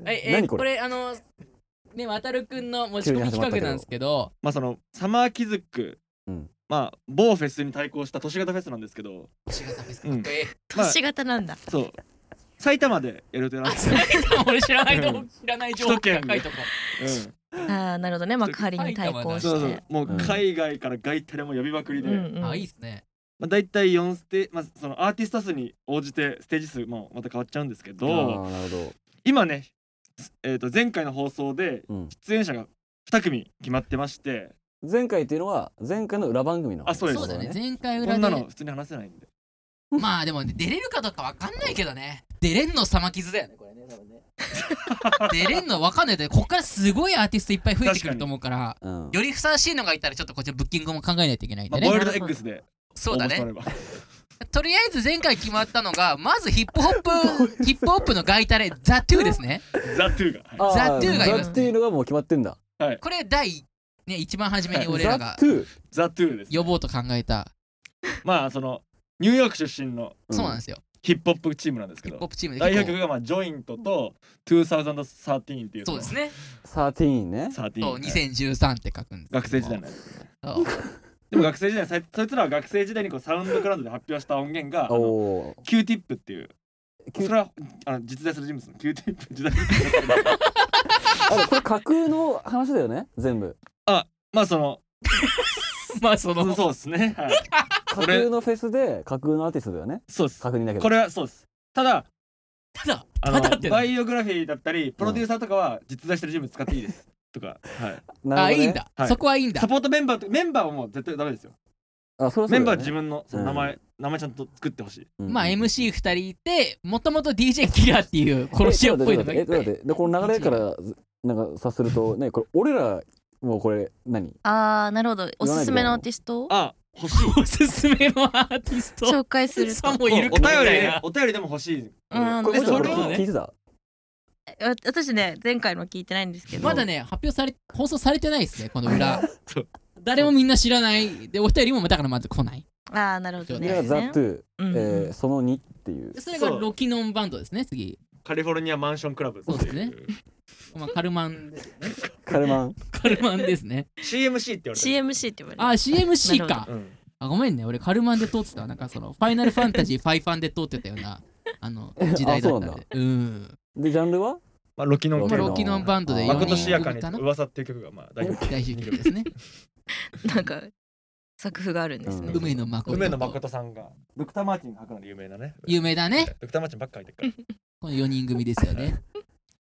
[SPEAKER 2] はいえ
[SPEAKER 3] 何
[SPEAKER 2] こ
[SPEAKER 3] こ
[SPEAKER 2] れ
[SPEAKER 3] れ
[SPEAKER 2] あのね渡るくんの持ち込み
[SPEAKER 3] 急に始ま
[SPEAKER 2] 企
[SPEAKER 3] った
[SPEAKER 2] 画
[SPEAKER 3] けど
[SPEAKER 2] なんですけど
[SPEAKER 1] まあそのサマーキズック、
[SPEAKER 3] うん
[SPEAKER 1] まあ某フェスに対抗した都市型フェスなんですけど、うん、
[SPEAKER 2] え
[SPEAKER 1] まあ
[SPEAKER 4] 都市型なんだ。
[SPEAKER 1] そう埼玉でやる予定なん
[SPEAKER 2] あ
[SPEAKER 1] ですよ、
[SPEAKER 2] 俺知らないと
[SPEAKER 1] う
[SPEAKER 2] こ知らない情報ばっか書いとこ
[SPEAKER 1] うん、
[SPEAKER 4] ああ、なるほどね。まあ、代わりに対抗
[SPEAKER 1] そう
[SPEAKER 4] し
[SPEAKER 1] そ
[SPEAKER 4] て
[SPEAKER 1] う。もううん海外から外タレも呼びまくりで、
[SPEAKER 4] うんうん
[SPEAKER 2] あいいっすね
[SPEAKER 1] まあ、大体4ステまあそのアーティスト数に応じてステージ数もまた変わっちゃうんですけ
[SPEAKER 3] あ
[SPEAKER 1] ど
[SPEAKER 3] ーなるほ
[SPEAKER 1] 今ね、えー、と前回の放送で
[SPEAKER 3] どうん
[SPEAKER 1] 出演者が2組決まってまして
[SPEAKER 3] 前回っていうのは前回の裏番組の
[SPEAKER 1] あそうです
[SPEAKER 2] そうだよね前回
[SPEAKER 1] こ
[SPEAKER 2] 裏
[SPEAKER 1] んなの
[SPEAKER 2] で
[SPEAKER 1] 普通に話せないんで
[SPEAKER 2] まあでもね出れるかどうかわかんないけどね出れんの様傷だよねこれね多分ね出れんのわかんないでこっからすごいアーティストいっぱい増えてくると思うから
[SPEAKER 3] うん
[SPEAKER 2] よりふさわしいのがいたらちょっとこっちのブッキングも考えないといけないん
[SPEAKER 1] ま
[SPEAKER 2] で
[SPEAKER 1] あ、
[SPEAKER 2] ね、
[SPEAKER 1] ボイルドエッグスで
[SPEAKER 2] そうだ
[SPEAKER 1] 応募して
[SPEAKER 2] ね
[SPEAKER 1] もらえば
[SPEAKER 2] とりあえず前回決まったのがまずヒップホップヒップホップのガイタレザ・トゥーですね
[SPEAKER 1] ザ・トゥーが、はい
[SPEAKER 3] あー
[SPEAKER 2] ザトゥーがいますね
[SPEAKER 3] ザトゥーのがもう決まってんだ
[SPEAKER 2] これ第、ね、一番初めに俺ら
[SPEAKER 3] ザ
[SPEAKER 2] が
[SPEAKER 3] トゥー
[SPEAKER 1] ザ・トゥーです
[SPEAKER 2] 呼ぼうと考えた、
[SPEAKER 1] まあそのニューヨーク出身の
[SPEAKER 2] そうなんですすよ
[SPEAKER 1] ヒップホップチームなんですけ
[SPEAKER 2] ヒッ
[SPEAKER 1] ど
[SPEAKER 2] プホップチームで
[SPEAKER 1] 代
[SPEAKER 2] 結
[SPEAKER 1] 表
[SPEAKER 2] 構
[SPEAKER 1] 曲がまあジョイントと2013っていう
[SPEAKER 2] そうです
[SPEAKER 1] ね
[SPEAKER 2] ね
[SPEAKER 3] 13ね
[SPEAKER 1] 13
[SPEAKER 2] そう2013って書くんです
[SPEAKER 1] 学生時代のやつですね
[SPEAKER 2] そう
[SPEAKER 1] でも学生時代そいそいつらは学生時代にこうサウンドクラウドで発表した音源があ
[SPEAKER 3] お
[SPEAKER 1] の
[SPEAKER 3] お
[SPEAKER 1] Q-TIP っていうそ
[SPEAKER 3] Q-
[SPEAKER 1] れはあの実在する人物の Q-TIP 実在する
[SPEAKER 3] ーあれこれ架空の話だよね全部
[SPEAKER 1] まあそ の
[SPEAKER 2] まあそ
[SPEAKER 1] そ
[SPEAKER 2] の
[SPEAKER 1] そうですねはい
[SPEAKER 3] 架
[SPEAKER 1] れ
[SPEAKER 3] 空のフェスで架空のアーティストだよね
[SPEAKER 1] そうです
[SPEAKER 3] 確認だけど
[SPEAKER 1] これはそうですただ
[SPEAKER 2] ただ
[SPEAKER 1] あ
[SPEAKER 2] ただっ
[SPEAKER 1] の
[SPEAKER 2] て
[SPEAKER 1] バイオグラフィーだったりプロデューサーとかは実在してる人物使っていいですとかはい
[SPEAKER 3] な
[SPEAKER 2] あ
[SPEAKER 3] るほどね
[SPEAKER 2] いいんだ、
[SPEAKER 1] はい
[SPEAKER 2] そこはいいんだ
[SPEAKER 1] サポートメンバーとメンバーはもう絶対ダメですよ
[SPEAKER 3] あそれはそうだ
[SPEAKER 1] メ
[SPEAKER 3] よね
[SPEAKER 1] ンバーは自分のその名前名前ちゃんと作ってほしい
[SPEAKER 3] うん
[SPEAKER 2] まあ MC2 人いてもともと DJ キラーっていう殺し屋っぽいのが
[SPEAKER 3] えちょっと待ってえちょっと待ってでこの流れからなんか察するとねこれ俺らもうこれ何
[SPEAKER 4] ああ、なるほど。おすすめのアーティストを
[SPEAKER 1] あ欲 しい
[SPEAKER 2] おすすめのアーティスト
[SPEAKER 4] 紹介する
[SPEAKER 2] さ
[SPEAKER 4] と。
[SPEAKER 2] もいる
[SPEAKER 1] お
[SPEAKER 2] かみ
[SPEAKER 1] 便り
[SPEAKER 2] たい
[SPEAKER 1] で
[SPEAKER 2] な
[SPEAKER 1] お便りでも欲しい
[SPEAKER 4] うん
[SPEAKER 3] これ
[SPEAKER 1] え
[SPEAKER 3] こ
[SPEAKER 1] そ
[SPEAKER 3] れ
[SPEAKER 1] れを
[SPEAKER 3] 聞いてた
[SPEAKER 4] えわ私ね、前回の聞いてないんですけど。
[SPEAKER 2] まだね発表され放送されてないですねこの裏
[SPEAKER 1] そう
[SPEAKER 2] 誰もみんな知らないでお便りもだからまず来ない
[SPEAKER 4] ああ、なるほど
[SPEAKER 3] こ
[SPEAKER 4] ね。
[SPEAKER 3] れがザ・トゥ
[SPEAKER 4] うんうん
[SPEAKER 3] ーえーその2っていう
[SPEAKER 2] それが
[SPEAKER 1] そう
[SPEAKER 2] ロキノンバンドですね次、
[SPEAKER 1] カリフォルニアマンションクラブってい
[SPEAKER 2] そうで すねまあ、カルマンです ね
[SPEAKER 3] カルマン
[SPEAKER 2] カルマンですね
[SPEAKER 1] CMC って言われてる
[SPEAKER 4] CMC って言われる。
[SPEAKER 2] あ CMC
[SPEAKER 4] なる
[SPEAKER 2] か
[SPEAKER 1] うん
[SPEAKER 2] あごめんね俺カルマンで通ってたわなんかそのファイナルファンタジーファイファンで通ってたようなあの時代だったんで
[SPEAKER 3] あそうなんだ
[SPEAKER 2] うん
[SPEAKER 3] でジャンルは
[SPEAKER 1] まあロキノン
[SPEAKER 2] まあ
[SPEAKER 1] 系
[SPEAKER 2] ロ
[SPEAKER 1] の
[SPEAKER 2] キノンバンドで
[SPEAKER 3] あ
[SPEAKER 2] 4
[SPEAKER 3] ー
[SPEAKER 2] 人
[SPEAKER 1] 誠しやかに
[SPEAKER 2] 組かな
[SPEAKER 1] 噂っていう曲がまあ大丈
[SPEAKER 2] 大主義ですね
[SPEAKER 4] なんか、作風があるんですね
[SPEAKER 3] うん。
[SPEAKER 2] 梅野
[SPEAKER 1] 夫
[SPEAKER 2] 誠
[SPEAKER 1] 梅野誠さんがドクターマーチンが書くので有名なね
[SPEAKER 2] 有名だね
[SPEAKER 1] ドクターマーチンばっか書いてる から
[SPEAKER 2] この4人組ですよね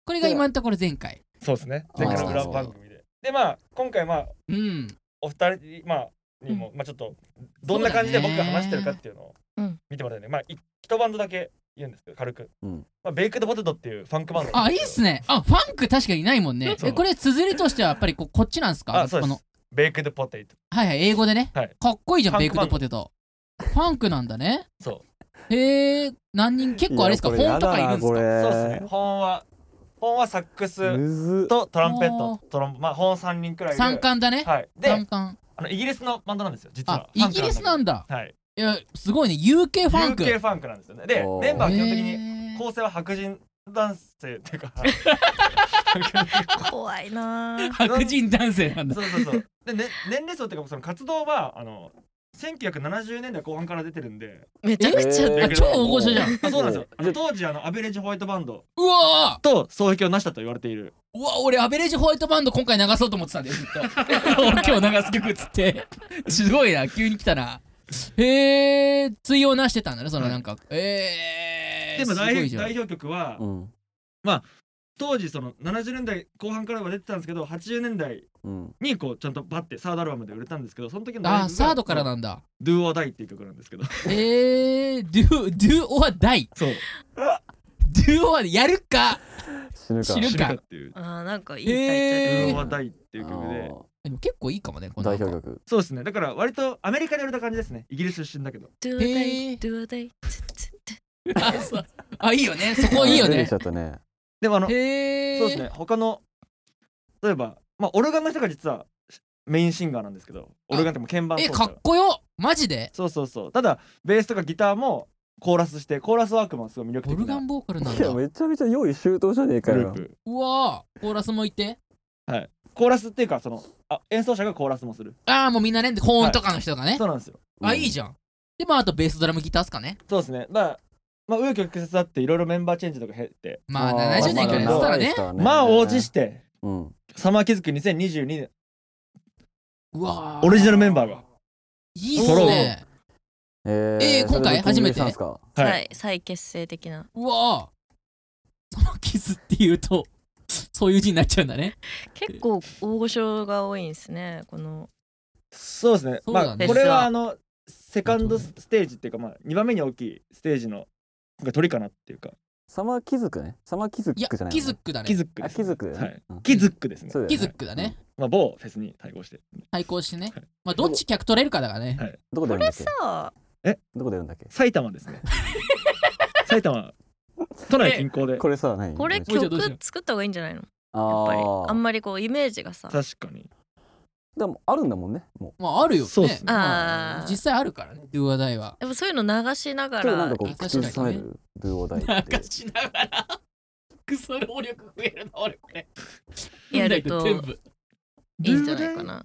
[SPEAKER 2] これが今のところ前回
[SPEAKER 1] そうですね前回の裏番組ででまあ今回まあ
[SPEAKER 2] うん
[SPEAKER 1] お二人まあにもまあちょっとどんな感じで僕が話してるかっていうのを
[SPEAKER 4] うん
[SPEAKER 1] 見てもらいたいんでまあい一バンドだけ言うんですけど軽く
[SPEAKER 3] うん
[SPEAKER 1] まあベイクドポテトっていうファンクバンド
[SPEAKER 2] あいいっすねあファンク確かにいないもんね
[SPEAKER 1] そう
[SPEAKER 2] えこれ綴りとしてはやっぱりここっちなんすか
[SPEAKER 1] あそう
[SPEAKER 2] こ
[SPEAKER 1] で
[SPEAKER 2] の
[SPEAKER 1] すベイクドポテト
[SPEAKER 2] はいはい英語でね
[SPEAKER 1] はい
[SPEAKER 2] かっこいいじゃん
[SPEAKER 1] フ
[SPEAKER 2] ベ
[SPEAKER 1] ァ
[SPEAKER 2] イ
[SPEAKER 1] ン
[SPEAKER 2] ク
[SPEAKER 1] ク
[SPEAKER 2] ドポテトファンクなんだね。。
[SPEAKER 1] そう
[SPEAKER 2] へえ、何人、結構あれですか、
[SPEAKER 3] や
[SPEAKER 2] フ
[SPEAKER 3] こ
[SPEAKER 2] ォンとかいるんですか
[SPEAKER 1] そうです
[SPEAKER 3] やだな
[SPEAKER 1] ね本は本はサック
[SPEAKER 3] これ
[SPEAKER 1] ス
[SPEAKER 3] むずっ
[SPEAKER 1] とトランペッ
[SPEAKER 2] お
[SPEAKER 1] トトロンまあ本3人くらいで
[SPEAKER 2] 三冠だね。
[SPEAKER 1] はいで
[SPEAKER 2] 三冠。
[SPEAKER 1] あのイギリスのバンドなんですよ実
[SPEAKER 2] あ
[SPEAKER 1] は、
[SPEAKER 2] イギリスなん
[SPEAKER 1] だ
[SPEAKER 2] だ。
[SPEAKER 1] はい
[SPEAKER 2] いや、すごいね。UK ファンク。
[SPEAKER 1] UK ファンクなんですよねで
[SPEAKER 3] おー
[SPEAKER 1] メンバーは基本的に
[SPEAKER 2] に
[SPEAKER 1] 構成は白人男性っていうか
[SPEAKER 4] 怖いなー。
[SPEAKER 2] 白人男性なんだ。
[SPEAKER 1] そうそうそうで、ね、年齢層っていうかその活動はあの1970年代後半から出てるんで
[SPEAKER 4] めちゃくちゃ。
[SPEAKER 2] えー超大御所じゃん
[SPEAKER 1] あそうなんですよあの
[SPEAKER 3] じゃ
[SPEAKER 1] 当時あのアベレージホワイトバンド
[SPEAKER 2] うわー
[SPEAKER 1] と双璧をなしたと言われている
[SPEAKER 2] うわ俺アベレージホワイトバンド今回流そうと思ってたんだよずっと今日流す曲っつってすごいな急に来たなへえ対応なしてたんだねそのなんか、ええ
[SPEAKER 1] でも
[SPEAKER 2] すご
[SPEAKER 1] 代
[SPEAKER 2] い
[SPEAKER 1] 表
[SPEAKER 2] じゃん
[SPEAKER 1] 代表曲は
[SPEAKER 3] うん
[SPEAKER 1] 当時その70年代後半からは出てたんですけど80年代
[SPEAKER 3] うん
[SPEAKER 1] にこうちゃんとバッてサードアルバムで売れたんですけどその時の
[SPEAKER 2] あーサードから
[SPEAKER 1] な
[SPEAKER 2] なんだ
[SPEAKER 1] 「Do or Die」っていう曲なんです けど
[SPEAKER 2] えー、do, do or die
[SPEAKER 1] そう
[SPEAKER 2] do or やるか
[SPEAKER 3] 死ぬか
[SPEAKER 2] 死ぬ
[SPEAKER 1] 死ぬかっていう
[SPEAKER 4] あーなんかいいタイ
[SPEAKER 2] え
[SPEAKER 1] 「Do
[SPEAKER 4] トル。
[SPEAKER 2] ー
[SPEAKER 1] or Die」っていう曲で
[SPEAKER 2] でも結構いいかもね
[SPEAKER 3] あ
[SPEAKER 2] こ
[SPEAKER 3] ー
[SPEAKER 2] の
[SPEAKER 3] 代表曲
[SPEAKER 1] そうですねだから割とアメリカで売れた感じですねイギリス出身だけど
[SPEAKER 4] ドゥーダ
[SPEAKER 2] へー
[SPEAKER 4] イドゥーダイ。
[SPEAKER 2] あそう あいいよねそこいいよ
[SPEAKER 3] あー出て
[SPEAKER 2] ね
[SPEAKER 3] きちゃったね
[SPEAKER 1] でもあのそう
[SPEAKER 2] へえ
[SPEAKER 1] ですね他の例えばまあオルガンの人が実はメインシンガーなんですけどオルガンってもう鍵盤
[SPEAKER 2] え
[SPEAKER 1] 奏
[SPEAKER 2] か
[SPEAKER 1] 者
[SPEAKER 2] っこよマジで
[SPEAKER 1] そうそうそうただベースとかギターもコーラスしてコーラスワークもすごい魅力
[SPEAKER 2] オ
[SPEAKER 1] 的
[SPEAKER 2] ルガ
[SPEAKER 1] な
[SPEAKER 2] ンボーカルなん
[SPEAKER 3] い
[SPEAKER 2] だ
[SPEAKER 3] やめちゃめちゃ用意周到じゃねえか
[SPEAKER 1] グル
[SPEAKER 3] よ
[SPEAKER 1] ープ
[SPEAKER 2] うわーコーラスもいて
[SPEAKER 1] コーラスっていうかそのあ演奏者がコーラスもする
[SPEAKER 2] ああもうみんなね高音とかの人がね、
[SPEAKER 1] そうなんですよ
[SPEAKER 2] あいいじゃんでまああとベースドラムギターっすかね
[SPEAKER 1] そうですねまあまあ紆余曲折あっていろいろメンバーチェンジとか減って
[SPEAKER 2] まあ
[SPEAKER 3] ー
[SPEAKER 2] 70年からやってたらね
[SPEAKER 3] まあ
[SPEAKER 1] まあ応じして
[SPEAKER 3] うん
[SPEAKER 1] サマーキズク2022年
[SPEAKER 2] うわー
[SPEAKER 1] オリジナルメンバーが
[SPEAKER 2] いいっすね
[SPEAKER 3] え
[SPEAKER 2] えー今回初めて
[SPEAKER 3] それでブッキングしたんすか
[SPEAKER 1] はい
[SPEAKER 4] はい、再結成的な。
[SPEAKER 2] うわーサマキスって言うとそういう字になっちゃうんだね
[SPEAKER 4] 結構大御所が多いんですね。この。
[SPEAKER 1] そうですね
[SPEAKER 2] そう
[SPEAKER 1] ま
[SPEAKER 2] だ
[SPEAKER 1] あ
[SPEAKER 2] ね
[SPEAKER 1] これ
[SPEAKER 4] フェス
[SPEAKER 1] は
[SPEAKER 4] は
[SPEAKER 1] あのセカンドステージっていうかまあ2番目に大きいステージの今回鳥かなっていうか
[SPEAKER 3] サマーキズクねサマーキズク
[SPEAKER 2] い
[SPEAKER 3] じ
[SPEAKER 2] や
[SPEAKER 3] ゃない
[SPEAKER 2] キズックだね
[SPEAKER 1] キズック
[SPEAKER 3] あ
[SPEAKER 1] です
[SPEAKER 3] キズクだよね
[SPEAKER 1] はい
[SPEAKER 3] うん
[SPEAKER 1] キズックですね
[SPEAKER 3] そうだよ
[SPEAKER 2] キズックだね
[SPEAKER 1] まあ某フェスに対抗して
[SPEAKER 2] 対抗してねまあどっち客取れるかだからね
[SPEAKER 1] はい
[SPEAKER 3] どこで
[SPEAKER 4] こ
[SPEAKER 3] やるんだ
[SPEAKER 4] れ
[SPEAKER 3] っけ
[SPEAKER 4] さ、
[SPEAKER 3] どこでやるんだっけ
[SPEAKER 1] 埼玉ですね埼玉都内近郊で
[SPEAKER 3] これさ何
[SPEAKER 4] これ
[SPEAKER 2] どうしようどうしよ
[SPEAKER 4] 曲作った方がいいんじゃないの？やっぱり。
[SPEAKER 3] あ
[SPEAKER 4] あんまりこうイメージがさ。
[SPEAKER 1] 確かに
[SPEAKER 3] あでもあるんだもんねも
[SPEAKER 2] まああるよ
[SPEAKER 1] そうっ
[SPEAKER 2] ね
[SPEAKER 1] すね
[SPEAKER 2] ま
[SPEAKER 4] あ
[SPEAKER 2] あ
[SPEAKER 4] ー
[SPEAKER 2] 実際あるからねドゥアダイは
[SPEAKER 4] やっぱそういうの流しな
[SPEAKER 3] う
[SPEAKER 4] が
[SPEAKER 3] ちょっとなん
[SPEAKER 4] ら
[SPEAKER 3] かこう
[SPEAKER 2] あ
[SPEAKER 3] 口ずさめ
[SPEAKER 2] 確
[SPEAKER 3] るルオーダイって
[SPEAKER 2] 流しながらクソ労力増えるな俺これ
[SPEAKER 4] やると
[SPEAKER 2] 全部
[SPEAKER 4] いいんじゃないかな。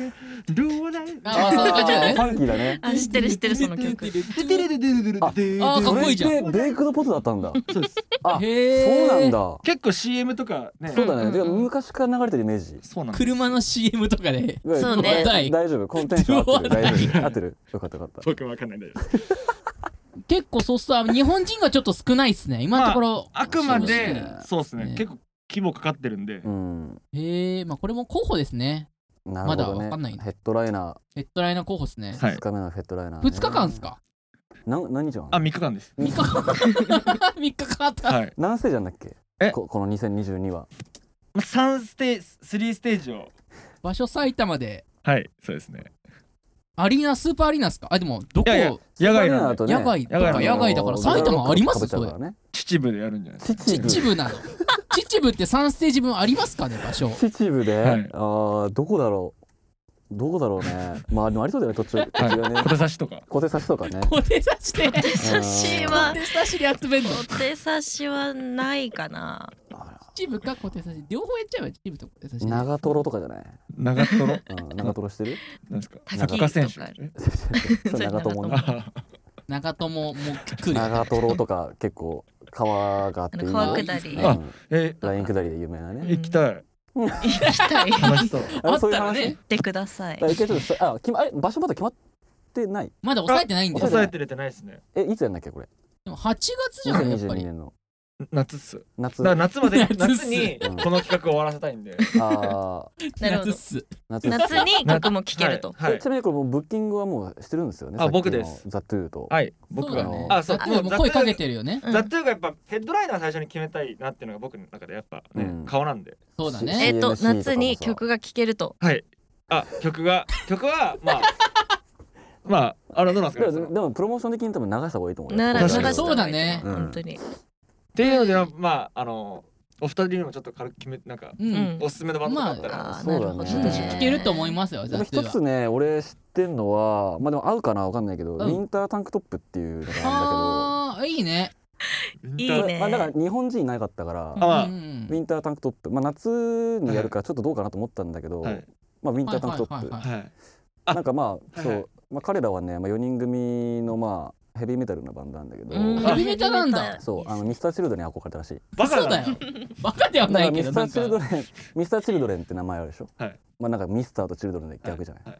[SPEAKER 2] あまあそんな感じだね
[SPEAKER 3] ファンキーだね
[SPEAKER 4] あ、知ってる知ってるその曲。
[SPEAKER 1] あ
[SPEAKER 2] あかっこいいじゃん
[SPEAKER 3] これってベイクドポテトだったんだ
[SPEAKER 1] そうです
[SPEAKER 3] あ
[SPEAKER 2] へ
[SPEAKER 3] そ
[SPEAKER 2] え
[SPEAKER 3] うなんだ
[SPEAKER 1] 結構 CM とかね
[SPEAKER 3] そうだね
[SPEAKER 4] うん
[SPEAKER 3] でも昔から流れてるイメージ
[SPEAKER 1] そうなんです
[SPEAKER 2] 車の CM とかで
[SPEAKER 4] そうね
[SPEAKER 2] ドゥアダイ
[SPEAKER 3] 大丈夫コンテンツ合ってる
[SPEAKER 2] ルオーダイ
[SPEAKER 3] 大丈夫合ってるよかったよかった
[SPEAKER 1] 僕わかんないんだけど
[SPEAKER 2] 結構そうさ日本人がちょっと少ないっすね今のところ、
[SPEAKER 1] あくま
[SPEAKER 2] そ
[SPEAKER 1] で
[SPEAKER 2] うですね
[SPEAKER 1] そうですね
[SPEAKER 2] ね
[SPEAKER 1] 結構規模かかってるんで
[SPEAKER 3] うん
[SPEAKER 2] へえまあこれも候補ですね
[SPEAKER 3] なるほ
[SPEAKER 2] まだわか
[SPEAKER 3] ど
[SPEAKER 2] んない
[SPEAKER 3] ね
[SPEAKER 2] んだ
[SPEAKER 3] ヘッドライナ
[SPEAKER 2] ヘッドライナー候補ですね、
[SPEAKER 1] は
[SPEAKER 3] ー
[SPEAKER 1] い
[SPEAKER 3] 2日目のヘッドライナー
[SPEAKER 2] 2日間っすか
[SPEAKER 3] な何日間
[SPEAKER 1] あ3日間です
[SPEAKER 2] 3日間3日間あった、
[SPEAKER 1] はい
[SPEAKER 3] 何ステージなんだっけ
[SPEAKER 1] え
[SPEAKER 3] ここの2022は
[SPEAKER 1] まあ3ステージ3ステージを
[SPEAKER 2] 場所埼玉で
[SPEAKER 1] はいそうですね
[SPEAKER 2] アリーナスーパーアリーナっすかあでもどこ
[SPEAKER 1] いやいや野外なんで
[SPEAKER 3] と
[SPEAKER 2] 野外と
[SPEAKER 1] 野外
[SPEAKER 2] か
[SPEAKER 1] の
[SPEAKER 2] 野外だから埼玉ありますそれ
[SPEAKER 1] 秩父でやるんじゃないですか
[SPEAKER 3] 秩
[SPEAKER 2] 秩
[SPEAKER 3] 父
[SPEAKER 2] 父なの 秩父って3ステージ分ありますかね場所
[SPEAKER 3] 秩父で、
[SPEAKER 1] はい
[SPEAKER 3] あーどこだろうどこだろうねまあでもありそうだよね途中途
[SPEAKER 1] はい
[SPEAKER 3] 中がね
[SPEAKER 1] 小手差しとか
[SPEAKER 3] 小手差しとかね
[SPEAKER 2] 小手差しで
[SPEAKER 4] 差しは
[SPEAKER 2] 手差しで集めんの
[SPEAKER 4] お手差しはないかな。
[SPEAKER 2] 秩父か小手差し両方やっちゃえば秩父と小手差し
[SPEAKER 3] 長瀞とかじゃない、
[SPEAKER 1] 長瀞なん
[SPEAKER 3] うん、長瀞してる
[SPEAKER 1] ですか
[SPEAKER 4] 滝
[SPEAKER 1] 中選手
[SPEAKER 4] とかあ
[SPEAKER 3] それ長友
[SPEAKER 4] それ長友
[SPEAKER 3] ね
[SPEAKER 1] あ
[SPEAKER 2] 長友も来るよ
[SPEAKER 3] 長瀞とか結構川があって
[SPEAKER 4] あの
[SPEAKER 3] 今
[SPEAKER 4] 川下り
[SPEAKER 3] う
[SPEAKER 1] あ
[SPEAKER 3] ん
[SPEAKER 1] え
[SPEAKER 3] ライン下りで有名なね
[SPEAKER 1] 行きたい
[SPEAKER 4] 行きたい。行
[SPEAKER 1] 楽しそう
[SPEAKER 2] あった
[SPEAKER 3] そういう
[SPEAKER 2] ら
[SPEAKER 3] 話
[SPEAKER 2] ね
[SPEAKER 4] ってください
[SPEAKER 3] あ。一回ちょっとさあ決まあれ場所まだ決まってない
[SPEAKER 2] まだ抑えてないんだよ
[SPEAKER 1] 抑えてれてないですね
[SPEAKER 3] えいつやんだっけこれ
[SPEAKER 2] でも8月じゃないやっぱ
[SPEAKER 3] 2022
[SPEAKER 2] り
[SPEAKER 3] 年の
[SPEAKER 1] 夏っす
[SPEAKER 3] 夏
[SPEAKER 1] だから
[SPEAKER 3] あ
[SPEAKER 1] 夏まで
[SPEAKER 2] 夏っす
[SPEAKER 1] 夏にこの企画を終わらせたいんで
[SPEAKER 3] あー
[SPEAKER 4] なるほ
[SPEAKER 2] 夏っ
[SPEAKER 4] ど。
[SPEAKER 2] す
[SPEAKER 3] 夏です
[SPEAKER 4] 夏に曲も聴けると。
[SPEAKER 1] はいは
[SPEAKER 3] え
[SPEAKER 1] い
[SPEAKER 3] ちなみにこれもうブッキングはもうしてるんですよね
[SPEAKER 1] あ僕です
[SPEAKER 3] ザ・トゥーと、
[SPEAKER 1] はい僕が
[SPEAKER 2] そうだね
[SPEAKER 1] あそう
[SPEAKER 2] あでも
[SPEAKER 1] ザ
[SPEAKER 2] 声かけてるよね
[SPEAKER 4] うん
[SPEAKER 1] ザ・トゥーがやっぱヘッドライナー最初に決めたいなっていうのが僕の中でやっぱね、
[SPEAKER 3] うん
[SPEAKER 1] 顔なんで
[SPEAKER 2] そうだ
[SPEAKER 3] し
[SPEAKER 2] ね
[SPEAKER 4] えっと
[SPEAKER 3] CMC
[SPEAKER 4] 夏に曲が聴けると。
[SPEAKER 1] はいあ曲が曲はまあ まああれはどうなん
[SPEAKER 3] だ
[SPEAKER 1] で
[SPEAKER 3] か
[SPEAKER 1] す
[SPEAKER 3] ら
[SPEAKER 1] か
[SPEAKER 3] で
[SPEAKER 1] ね
[SPEAKER 3] もプロモーション的に多分流した方がいいと思うよ
[SPEAKER 4] なら
[SPEAKER 1] 確
[SPEAKER 4] 流
[SPEAKER 1] かに
[SPEAKER 4] した
[SPEAKER 2] そうだね
[SPEAKER 3] うん
[SPEAKER 4] 本当に。
[SPEAKER 1] っていうのでまああのお二人にもちょっと軽く決めなんか、
[SPEAKER 2] うん、
[SPEAKER 4] うん
[SPEAKER 1] おすすめのバンドとかあったら、
[SPEAKER 4] ああ、
[SPEAKER 3] そう
[SPEAKER 4] な
[SPEAKER 3] だね
[SPEAKER 4] るほど
[SPEAKER 2] ちょっと聞けると思いますよ、
[SPEAKER 3] で
[SPEAKER 2] ザ
[SPEAKER 3] も
[SPEAKER 2] ッ
[SPEAKER 3] 一
[SPEAKER 2] クは
[SPEAKER 3] つ。ね俺知ってんのはまあでも合うかなわかんないけど、
[SPEAKER 2] うん
[SPEAKER 3] ウィンタータンクトップっていうのがあ
[SPEAKER 2] ああ、いいね。
[SPEAKER 1] インター
[SPEAKER 4] い
[SPEAKER 3] る
[SPEAKER 4] い
[SPEAKER 3] んだけど
[SPEAKER 4] ね
[SPEAKER 3] まあ、だから日本人いなかったから、
[SPEAKER 1] あまあ
[SPEAKER 2] うん
[SPEAKER 3] ウィンタータンクトップ、まあ、夏にやるからちょっとどうかなと思ったんだけど、
[SPEAKER 1] はい
[SPEAKER 3] まあ、ウィンタータンクトップ、
[SPEAKER 2] はいはいはい
[SPEAKER 1] はいあ
[SPEAKER 3] なんかまあ
[SPEAKER 1] はい
[SPEAKER 3] そう、
[SPEAKER 1] はい
[SPEAKER 3] まあ、彼らはね、まあ、4人組のまあヘビーメタルなバンドなんだけど、
[SPEAKER 4] うん
[SPEAKER 2] ヘビメタなんだ
[SPEAKER 3] そうあのミスターチルドレンに憧れたらしい
[SPEAKER 1] バカ
[SPEAKER 2] そう
[SPEAKER 1] だ
[SPEAKER 2] だ
[SPEAKER 1] な
[SPEAKER 2] よ。バカでは
[SPEAKER 3] だか
[SPEAKER 2] な
[SPEAKER 3] ら
[SPEAKER 2] いけ
[SPEAKER 3] ミ
[SPEAKER 2] ど、
[SPEAKER 3] スタ
[SPEAKER 2] なん
[SPEAKER 3] ーチル
[SPEAKER 2] か
[SPEAKER 3] ド。レンミスターチルドレンって名前あるでしょ、
[SPEAKER 1] はい
[SPEAKER 3] まあなんかミスターとチルドレンで逆じゃない、
[SPEAKER 1] はい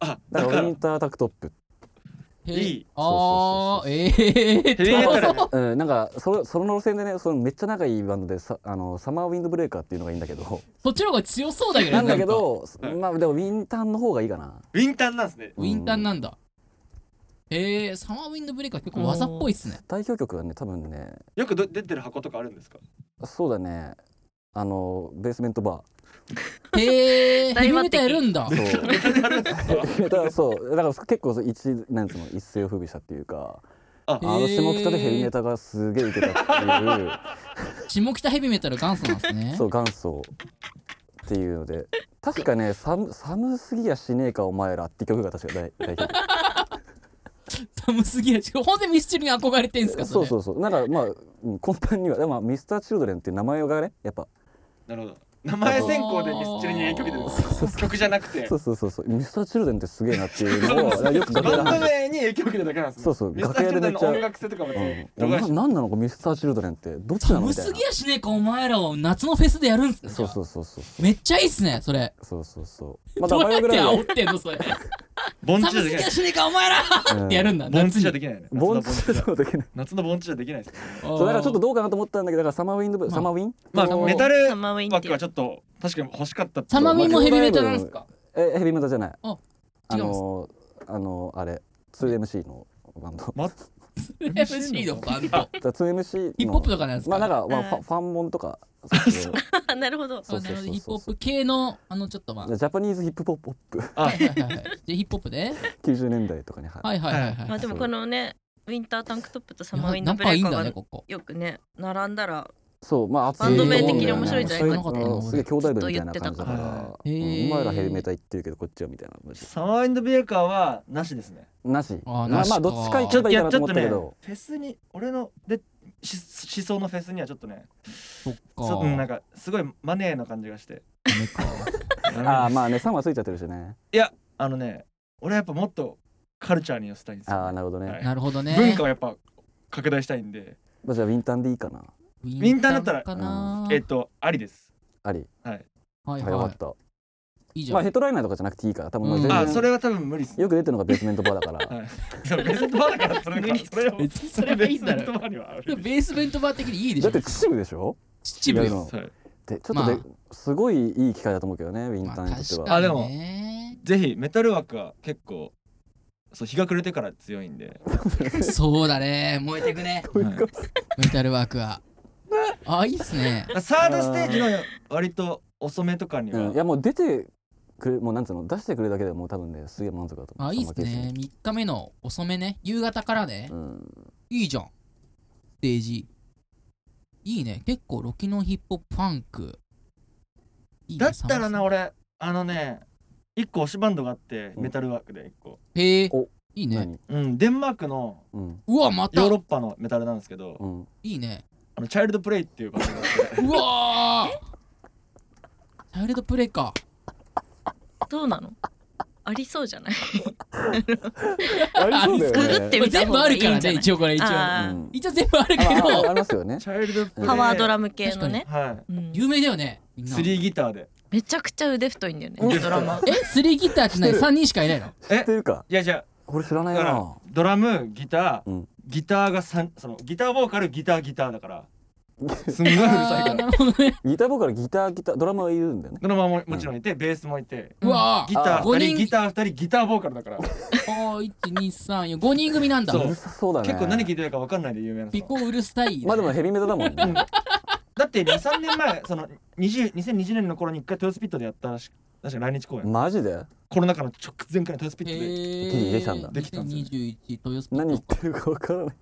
[SPEAKER 1] あだ
[SPEAKER 3] だか
[SPEAKER 1] からら
[SPEAKER 3] ウィンタータンクトップ、
[SPEAKER 2] へ
[SPEAKER 1] いい
[SPEAKER 2] ああ、
[SPEAKER 3] そうそうそうそう
[SPEAKER 2] ええ
[SPEAKER 1] ヘビーメタルね
[SPEAKER 3] うん、なんかそれその路線でねそのめっちゃ仲いいバンドでさあのサマーウィンドブレーカーっていうのがいいんだけど
[SPEAKER 2] そっちの方が強そうだけどね
[SPEAKER 3] なんだけど、
[SPEAKER 1] はい
[SPEAKER 3] まあでもウィンターの方がいいかな
[SPEAKER 1] ウィンターなんですね
[SPEAKER 2] ウィンタンなんだ。へえサマーウィンドブレイカー結構技っぽいっすね。
[SPEAKER 3] 代表曲はね多分ね
[SPEAKER 1] よくど出てる箱とかあるんですか
[SPEAKER 3] そうだねあのベースメントバ
[SPEAKER 2] へえヘ
[SPEAKER 4] 大抜擢
[SPEAKER 2] ビメタやるんだ
[SPEAKER 3] ー。そう
[SPEAKER 1] メタであるんですか
[SPEAKER 3] だからそうだから結構そう一なんつうの一世を風靡したっていうか
[SPEAKER 1] あ
[SPEAKER 3] あの下北でヘビメタがすげえ受けたっていう、
[SPEAKER 2] 下北ヘビメタル元祖なんですね。
[SPEAKER 3] そう元祖っていうので確かね寒寒すぎやしねえかお前らって曲が確か大 大表
[SPEAKER 2] 寒すぎる。しかも本当にミスチルに憧れてんすか
[SPEAKER 3] そう
[SPEAKER 2] れ
[SPEAKER 3] そうそうなんかまあうん根本にはでもミスターチルドレンっていう名前がねやっぱ
[SPEAKER 1] なるほど名前選考でミスチルに影響受けてるんです
[SPEAKER 3] そうそうそう
[SPEAKER 1] 曲じゃなくて
[SPEAKER 3] そうそうそうそうミスターチルドレンってすげえなっていう のをだからよく
[SPEAKER 1] バン
[SPEAKER 3] 楽屋
[SPEAKER 1] ド
[SPEAKER 3] で
[SPEAKER 1] 名に影響受けてるだけなんですね
[SPEAKER 3] そうそう
[SPEAKER 1] ミスターチルドレンの
[SPEAKER 3] 楽屋
[SPEAKER 1] 音
[SPEAKER 3] でめっちゃ
[SPEAKER 1] 楽性とかも別に
[SPEAKER 3] うん、
[SPEAKER 1] 度外視
[SPEAKER 3] ななんなのかミスターチルドレンってどっちなの
[SPEAKER 2] 寒
[SPEAKER 3] みたい
[SPEAKER 2] す
[SPEAKER 3] な
[SPEAKER 2] ぎやしねえかお前らを夏のフェスでやるんすね。
[SPEAKER 3] そうそうそうそう
[SPEAKER 2] めっちゃいいっすねそれ。
[SPEAKER 3] そうそうそう
[SPEAKER 2] どうやって
[SPEAKER 3] バイオグラフィー
[SPEAKER 2] 煽ってんの それ。
[SPEAKER 1] 盆
[SPEAKER 2] 寒
[SPEAKER 1] 地じゃでき
[SPEAKER 2] すぎ
[SPEAKER 1] ない
[SPEAKER 2] やしねえかお前ら
[SPEAKER 3] うん
[SPEAKER 2] ってやるんだ。
[SPEAKER 1] 盆地じゃできないね
[SPEAKER 3] 盆地
[SPEAKER 1] 夏の盆地じゃ
[SPEAKER 3] そうだけど
[SPEAKER 1] 夏の盆地じゃできないですね
[SPEAKER 2] そ
[SPEAKER 3] そうだからちょっとどうかなと思ったんだけどだからサマーウィンドブ、
[SPEAKER 2] まあ
[SPEAKER 3] サマーウィン
[SPEAKER 1] ま
[SPEAKER 2] そ
[SPEAKER 1] あ
[SPEAKER 2] う
[SPEAKER 1] メタル
[SPEAKER 4] サマーウィンディア
[SPEAKER 1] 枠はちょっと確かに欲しかったって
[SPEAKER 2] サマミもヘビメタなんすか。
[SPEAKER 3] えヘビメタじゃない
[SPEAKER 2] あ
[SPEAKER 3] あ
[SPEAKER 2] 違うんです
[SPEAKER 3] のあのあれ 2MC のバン ド
[SPEAKER 1] ま
[SPEAKER 2] MC のバンド。
[SPEAKER 3] だ 2MC の
[SPEAKER 2] ヒップホップとかなんです
[SPEAKER 3] まあなん
[SPEAKER 2] か。
[SPEAKER 3] か、まあ、ファファンモンとか そういう
[SPEAKER 4] あなるほど。
[SPEAKER 2] あなるほどヒップホップ系のあのちょっとまあ。
[SPEAKER 3] ジャパニーズヒップホップ
[SPEAKER 1] あ
[SPEAKER 2] はいはいはいでヒップホップ で。
[SPEAKER 3] 90年代とかには
[SPEAKER 2] はいはいはいはい。
[SPEAKER 4] まあでもこのね、ウィンタータンクトップとサマーウィンドブレ
[SPEAKER 2] 仲い
[SPEAKER 4] ー
[SPEAKER 2] い
[SPEAKER 4] カ
[SPEAKER 2] ん
[SPEAKER 4] ー
[SPEAKER 2] だね
[SPEAKER 4] が
[SPEAKER 2] ここ。
[SPEAKER 4] よくね並んだら
[SPEAKER 3] そうまあ熱い
[SPEAKER 2] バンド名的に
[SPEAKER 3] と
[SPEAKER 2] 面
[SPEAKER 3] 思
[SPEAKER 2] 白
[SPEAKER 3] う
[SPEAKER 2] い
[SPEAKER 3] ん
[SPEAKER 2] んじ
[SPEAKER 3] だ
[SPEAKER 2] ゃ
[SPEAKER 3] よ
[SPEAKER 2] ない
[SPEAKER 3] ね
[SPEAKER 2] か
[SPEAKER 3] そ
[SPEAKER 2] っ
[SPEAKER 3] う
[SPEAKER 2] て
[SPEAKER 3] うのすげえ兄弟分みたいな感じだか
[SPEAKER 1] ずっと言ってたから
[SPEAKER 3] ら
[SPEAKER 1] は
[SPEAKER 3] う
[SPEAKER 2] いへ
[SPEAKER 3] ん
[SPEAKER 2] ー
[SPEAKER 3] お前らヘビメタ行ってるけどこっちはみたいな感じ
[SPEAKER 1] サマーウィンドブレーカーはなしですね
[SPEAKER 3] なし
[SPEAKER 2] あー
[SPEAKER 3] ま
[SPEAKER 2] な
[SPEAKER 3] あ
[SPEAKER 2] し
[SPEAKER 3] ま
[SPEAKER 2] か
[SPEAKER 3] あどっちか行けばいいかなと思ったけど
[SPEAKER 1] フェスに俺のでし思想のフェスにはちょっとね
[SPEAKER 2] そっか。
[SPEAKER 1] ちょっとなんかすごいマネーの感じがして
[SPEAKER 2] ダメか
[SPEAKER 3] あ あ
[SPEAKER 1] あ
[SPEAKER 3] ーまあね3話ついちゃってるしね
[SPEAKER 1] のね俺はやっぱもっとカルチャーに寄せたいんですよ
[SPEAKER 3] ああなるほどね、
[SPEAKER 1] はい
[SPEAKER 2] なるほどね。
[SPEAKER 1] 文化をやっぱ拡大したいんで
[SPEAKER 3] まあじゃあウィンタンでいいかな
[SPEAKER 2] ウ
[SPEAKER 1] ィンターだったら
[SPEAKER 2] かな。
[SPEAKER 1] えっとありです
[SPEAKER 3] あり
[SPEAKER 2] はい
[SPEAKER 3] 早か
[SPEAKER 2] は
[SPEAKER 3] った、
[SPEAKER 2] い。いいじゃ
[SPEAKER 3] まあ
[SPEAKER 2] ん。
[SPEAKER 3] ヘッドライナーとかじゃなくていいから多分まあ
[SPEAKER 2] うん
[SPEAKER 3] 全然、
[SPEAKER 1] あそれは多分無理っす
[SPEAKER 3] よく出てるのがベースメントバーだ から
[SPEAKER 1] そう別にバーだからそれ
[SPEAKER 4] 無理っす
[SPEAKER 1] それは
[SPEAKER 2] 別にそれはいいんだ ろ。
[SPEAKER 1] バーにはあ
[SPEAKER 2] ベ
[SPEAKER 1] る
[SPEAKER 2] ースメントバー的にいいでし
[SPEAKER 3] だ
[SPEAKER 2] ょ
[SPEAKER 3] って。秩父でしょ
[SPEAKER 2] 秩
[SPEAKER 3] や
[SPEAKER 2] 父
[SPEAKER 3] る
[SPEAKER 2] よ。
[SPEAKER 3] の
[SPEAKER 1] そう
[SPEAKER 3] でちょっとで、
[SPEAKER 2] ま
[SPEAKER 3] すごいいい機会だと思うけどねウィ
[SPEAKER 2] ま
[SPEAKER 3] ン
[SPEAKER 2] あ
[SPEAKER 3] ターにとって
[SPEAKER 2] 確
[SPEAKER 3] は、
[SPEAKER 2] か
[SPEAKER 1] あで
[SPEAKER 2] に
[SPEAKER 1] も
[SPEAKER 2] ね。
[SPEAKER 1] ぜひメタル枠は結構そう日が暮れてから強いんで、
[SPEAKER 2] そうだね。燃えてくね。
[SPEAKER 1] はい
[SPEAKER 2] メタルワークは。 あいいっすね。
[SPEAKER 1] サードステージの割と遅めとかには、
[SPEAKER 3] うん、いやもう出てくれもうなんつうの出してくれるだけでもう多分ねすげえ満足だと思う
[SPEAKER 2] あいいっす
[SPEAKER 3] そのケー
[SPEAKER 2] ね。
[SPEAKER 3] ス
[SPEAKER 2] 3日目の遅めね。夕方からね
[SPEAKER 3] にう。ん
[SPEAKER 2] いいじゃん。ステージ。いいね。結構ロキノンヒップホップファンク。いいね
[SPEAKER 1] だったら。
[SPEAKER 2] サマ
[SPEAKER 1] な
[SPEAKER 2] ス
[SPEAKER 1] 俺あのね一個推しバンドがあって
[SPEAKER 3] うん
[SPEAKER 1] メタルワークで一個
[SPEAKER 2] へえ
[SPEAKER 3] お。
[SPEAKER 2] いいね。
[SPEAKER 3] 何
[SPEAKER 1] うんデンマークの
[SPEAKER 3] うん
[SPEAKER 2] うわ、また
[SPEAKER 1] ヨー。ロッパのメタルなんですけど
[SPEAKER 3] うん
[SPEAKER 2] いいね。
[SPEAKER 1] あのチャイルドプレイって いうバンドがあって
[SPEAKER 2] うわーチャイルドプレイか。
[SPEAKER 4] どうなの？ありそうじゃない？
[SPEAKER 3] ありそうだ
[SPEAKER 4] グ
[SPEAKER 3] よ
[SPEAKER 4] グっ
[SPEAKER 3] ね
[SPEAKER 4] てみた
[SPEAKER 2] 全
[SPEAKER 4] 方
[SPEAKER 2] 部あ
[SPEAKER 4] がいい
[SPEAKER 2] る
[SPEAKER 4] ん
[SPEAKER 2] から
[SPEAKER 4] じゃな
[SPEAKER 2] ね、
[SPEAKER 4] い？
[SPEAKER 2] 一応これ一応。
[SPEAKER 4] あ
[SPEAKER 3] うん
[SPEAKER 2] 一応全部あるけ
[SPEAKER 3] あまああ
[SPEAKER 2] ど、
[SPEAKER 3] ありますよね
[SPEAKER 1] チャイルドプレイ
[SPEAKER 4] パワードラム系のね。
[SPEAKER 1] は
[SPEAKER 4] うん
[SPEAKER 2] 有名だよね。みん
[SPEAKER 1] い
[SPEAKER 2] な
[SPEAKER 1] スリーギターで
[SPEAKER 4] めちゃくちゃ腕太いんだよ
[SPEAKER 1] 腕
[SPEAKER 4] ね。
[SPEAKER 1] 太い
[SPEAKER 4] ドラマ。
[SPEAKER 2] え、スリーギターって何 ?3 人しかいないの
[SPEAKER 3] 知ってるか
[SPEAKER 1] いやじゃ
[SPEAKER 3] これ知らな
[SPEAKER 1] あ
[SPEAKER 3] い
[SPEAKER 1] だから
[SPEAKER 3] な
[SPEAKER 1] ドラムギター、
[SPEAKER 3] うん
[SPEAKER 1] ギターが三そのギターボーカルギターギターだ からすんごいうるさいか
[SPEAKER 2] あー
[SPEAKER 1] ら
[SPEAKER 2] なるほどね。
[SPEAKER 3] ギター僕からギターギタードラマはいるんだよね
[SPEAKER 1] ドラマーももちろんいて、ベースもいて
[SPEAKER 2] うわ
[SPEAKER 1] ギター
[SPEAKER 3] あ
[SPEAKER 2] 五
[SPEAKER 1] 2
[SPEAKER 2] 人
[SPEAKER 1] 人ギター2人ギターボーカルだから
[SPEAKER 2] ー。1、2、3、4、5人組なんだ。
[SPEAKER 1] そう
[SPEAKER 3] うるさそうだね
[SPEAKER 1] 結構何聴いてるか分かんないで有名な
[SPEAKER 2] ピ
[SPEAKER 1] 人
[SPEAKER 2] コウルスタイ。
[SPEAKER 3] まあでもヘビメタだもん
[SPEAKER 1] うん
[SPEAKER 3] ね
[SPEAKER 1] だって23年前その20 2020年の頃に一回トヨスピットでやったらし確か来日公演
[SPEAKER 3] マジで
[SPEAKER 1] コロナ禍の直前からトスピットで
[SPEAKER 2] え
[SPEAKER 3] ギリ出たんだ
[SPEAKER 1] できたんです
[SPEAKER 2] 2021豊洲
[SPEAKER 3] 何言ってるかわからない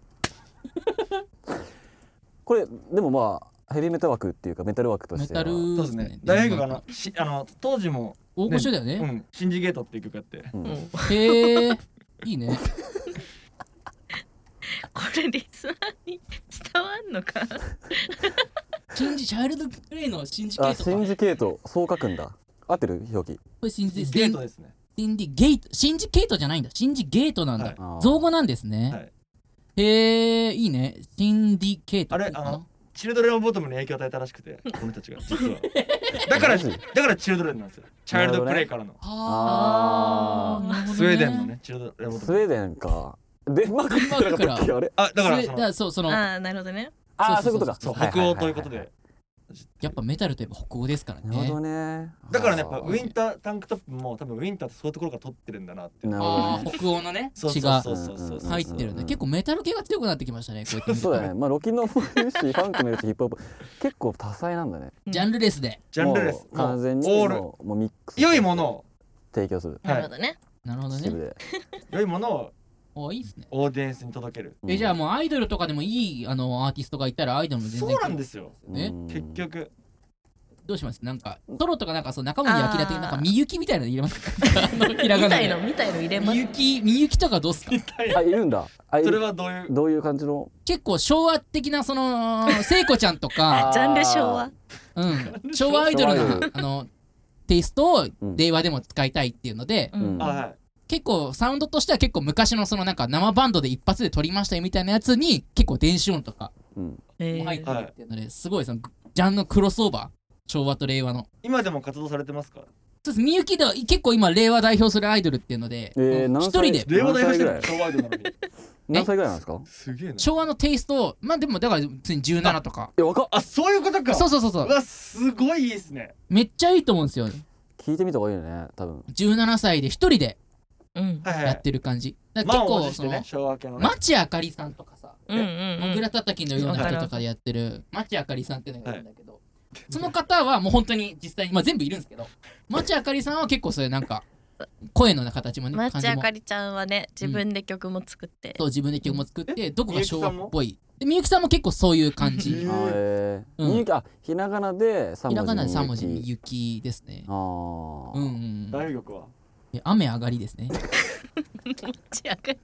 [SPEAKER 3] これでもまあヘビメタ枠っていうかメタル枠と
[SPEAKER 2] メ
[SPEAKER 3] しては
[SPEAKER 2] タル
[SPEAKER 3] うん
[SPEAKER 1] そうですね大学があのしあの当時も、
[SPEAKER 2] 大御所だよ
[SPEAKER 1] う
[SPEAKER 2] ね
[SPEAKER 1] ん、シンジゲートっていう曲やって
[SPEAKER 4] もう
[SPEAKER 2] へえいいね
[SPEAKER 4] これリスナーに伝わんのか
[SPEAKER 2] 信じチャイルドプレイの信じ系
[SPEAKER 3] あ
[SPEAKER 2] とか
[SPEAKER 3] シンジケートそう書くんだ合ってる表記
[SPEAKER 2] これ信じ
[SPEAKER 1] ゲートですね
[SPEAKER 2] シンジゲート、シンジゲートじゃないんだ。シンジゲートなんだ。
[SPEAKER 1] はい
[SPEAKER 3] あー
[SPEAKER 2] 造語なんですね。
[SPEAKER 1] はい
[SPEAKER 2] へえ、いいね。シンディケート。
[SPEAKER 1] あれあのチルドレン・ボトムに影響を与えたらしくてこの人たちが実はだから
[SPEAKER 3] マジ
[SPEAKER 1] だからチルドレンなんですよチャイルドプレイからの、
[SPEAKER 2] あーなるほどね
[SPEAKER 1] スウェーデンのねチルドレン・ボト
[SPEAKER 3] スウェ
[SPEAKER 1] ム
[SPEAKER 3] ーデンかデンマークって言ってなかったっけあれ
[SPEAKER 1] あだから
[SPEAKER 2] ス
[SPEAKER 1] そ
[SPEAKER 2] ウェだか
[SPEAKER 1] の
[SPEAKER 2] らそう、その、や
[SPEAKER 4] ああなるほどね
[SPEAKER 3] ああ
[SPEAKER 2] そ
[SPEAKER 3] そ
[SPEAKER 2] ううそ
[SPEAKER 3] い
[SPEAKER 2] うう
[SPEAKER 3] こ
[SPEAKER 2] そう
[SPEAKER 3] とか
[SPEAKER 1] そう
[SPEAKER 3] は
[SPEAKER 1] 北
[SPEAKER 3] い
[SPEAKER 1] 欧ということで、
[SPEAKER 2] っぱメタルといえば北欧ですから
[SPEAKER 3] なる
[SPEAKER 2] ね
[SPEAKER 3] ほど。ね
[SPEAKER 1] だからねやっぱ
[SPEAKER 3] あ
[SPEAKER 1] ウ
[SPEAKER 3] ー
[SPEAKER 1] ィンタータンクトップも多分ウィンターってそういうところから撮ってるんだなって
[SPEAKER 3] なるほど
[SPEAKER 2] あ
[SPEAKER 3] ね
[SPEAKER 2] あ、北欧のね、
[SPEAKER 1] そう
[SPEAKER 2] 血
[SPEAKER 1] そう
[SPEAKER 2] が
[SPEAKER 1] そうそうそう
[SPEAKER 3] うん
[SPEAKER 2] 入ってるん
[SPEAKER 3] う
[SPEAKER 2] だ。
[SPEAKER 3] ん
[SPEAKER 2] 結構メタル系が強くなってきましたね、こうやって見ると
[SPEAKER 3] そうだねまあロキノもいるしファンクもいるしヒッ プホップ結構多彩なんだね
[SPEAKER 2] ジャンルレスで。
[SPEAKER 1] ジャンルです
[SPEAKER 3] もう完全に
[SPEAKER 1] オール
[SPEAKER 3] もうもうミックス
[SPEAKER 1] 良いものを
[SPEAKER 3] 提供する
[SPEAKER 4] なるほどね
[SPEAKER 2] なるほど
[SPEAKER 3] 秩
[SPEAKER 2] ね
[SPEAKER 3] 父。で
[SPEAKER 1] 良いものを
[SPEAKER 2] おいいですね。
[SPEAKER 1] オーディエンスに届ける
[SPEAKER 2] え、じゃあもうアイドルとかでもいいあのアーティストがいたらアイドルも全然
[SPEAKER 1] そうなんですよ
[SPEAKER 2] ね
[SPEAKER 3] うん
[SPEAKER 1] 結局
[SPEAKER 2] どうしますなんか、トロとかなんかそう中森明菜的
[SPEAKER 4] あー
[SPEAKER 2] なんかみゆきみたいなの入れますか あのひ
[SPEAKER 4] み
[SPEAKER 2] らがな
[SPEAKER 4] たい
[SPEAKER 2] で
[SPEAKER 4] のみたいの入れま
[SPEAKER 2] み
[SPEAKER 4] す
[SPEAKER 2] ゆき、みゆきとかどうっすか
[SPEAKER 3] あいるんだあいる
[SPEAKER 1] それはどういう
[SPEAKER 3] どういう感じの
[SPEAKER 2] 結構昭和的なそ の聖子ちゃんとか、
[SPEAKER 4] ジャンル昭和
[SPEAKER 2] うん、昭和アイドル
[SPEAKER 3] 昭和アイド
[SPEAKER 2] のあのテイストを
[SPEAKER 3] うん
[SPEAKER 2] 令和でも使いたいっていうので、
[SPEAKER 4] うん
[SPEAKER 3] うん
[SPEAKER 1] あはい
[SPEAKER 2] 結構サウンドとしては結構昔のそのなんか生バンドで一発で撮りましたよみたいなやつに結構電子音とか
[SPEAKER 3] うん
[SPEAKER 4] え
[SPEAKER 2] も入っ
[SPEAKER 4] ー
[SPEAKER 2] てるっていうのですごいそのジャンルのクロスオーバー昭和と令和の。
[SPEAKER 1] 今でも活動されてますか
[SPEAKER 2] そうですみゆきでは結構今令和代表するアイドルっていうので、
[SPEAKER 3] えー
[SPEAKER 2] うん
[SPEAKER 3] 何
[SPEAKER 2] 一
[SPEAKER 3] 歳
[SPEAKER 2] 人で
[SPEAKER 1] 令和代表して
[SPEAKER 3] 何
[SPEAKER 1] る
[SPEAKER 3] 歳
[SPEAKER 1] 昭和アイドルなのに
[SPEAKER 3] 何歳ぐらいなんですか
[SPEAKER 1] すげえな
[SPEAKER 2] 昭和のテイストをまあでもだから普通に17とか
[SPEAKER 3] え若っ
[SPEAKER 1] あそういうことか
[SPEAKER 2] そうそうそうそう
[SPEAKER 1] うわすごいいいですね
[SPEAKER 2] めっちゃいいと思うんですよ
[SPEAKER 3] 聞いてみた方がいいよね多分
[SPEAKER 2] 17歳で一人で
[SPEAKER 4] うん
[SPEAKER 1] はいは
[SPEAKER 2] や
[SPEAKER 1] い
[SPEAKER 2] ってる感じ。だから
[SPEAKER 1] 満
[SPEAKER 2] 結
[SPEAKER 1] を持
[SPEAKER 2] 構
[SPEAKER 1] し
[SPEAKER 2] そ
[SPEAKER 1] て
[SPEAKER 2] の、
[SPEAKER 1] ね昭和系のね
[SPEAKER 2] 町あかりさんとかさ、
[SPEAKER 4] うんうん
[SPEAKER 2] モグ
[SPEAKER 4] うん
[SPEAKER 2] ラたたきのような人とかでやってる町あかりさんっていうのがいるんだけど、その方はもう本当に実際に、まあ、全部いるんですけど、町あかりさんは結構そういうなんか声の形もね、
[SPEAKER 4] マッ
[SPEAKER 2] 感
[SPEAKER 4] チ
[SPEAKER 2] じ
[SPEAKER 4] あ
[SPEAKER 2] も
[SPEAKER 4] かりちゃんはね自分で曲も作って
[SPEAKER 2] そう自分で曲も作って、どこが昭和っぽい。でみゆきさんも結構そういう感じ。
[SPEAKER 1] え
[SPEAKER 2] ひ
[SPEAKER 3] あ
[SPEAKER 1] ー
[SPEAKER 3] えー
[SPEAKER 2] うん
[SPEAKER 3] みゆきあひらがなで三
[SPEAKER 2] ら
[SPEAKER 3] 文字
[SPEAKER 2] がなで3文字
[SPEAKER 3] み
[SPEAKER 2] み
[SPEAKER 3] ゆき
[SPEAKER 2] ゆきですね。
[SPEAKER 3] あー
[SPEAKER 2] うんうんうん。
[SPEAKER 1] 大学は
[SPEAKER 2] で雨上がりですね。
[SPEAKER 4] マッチあかり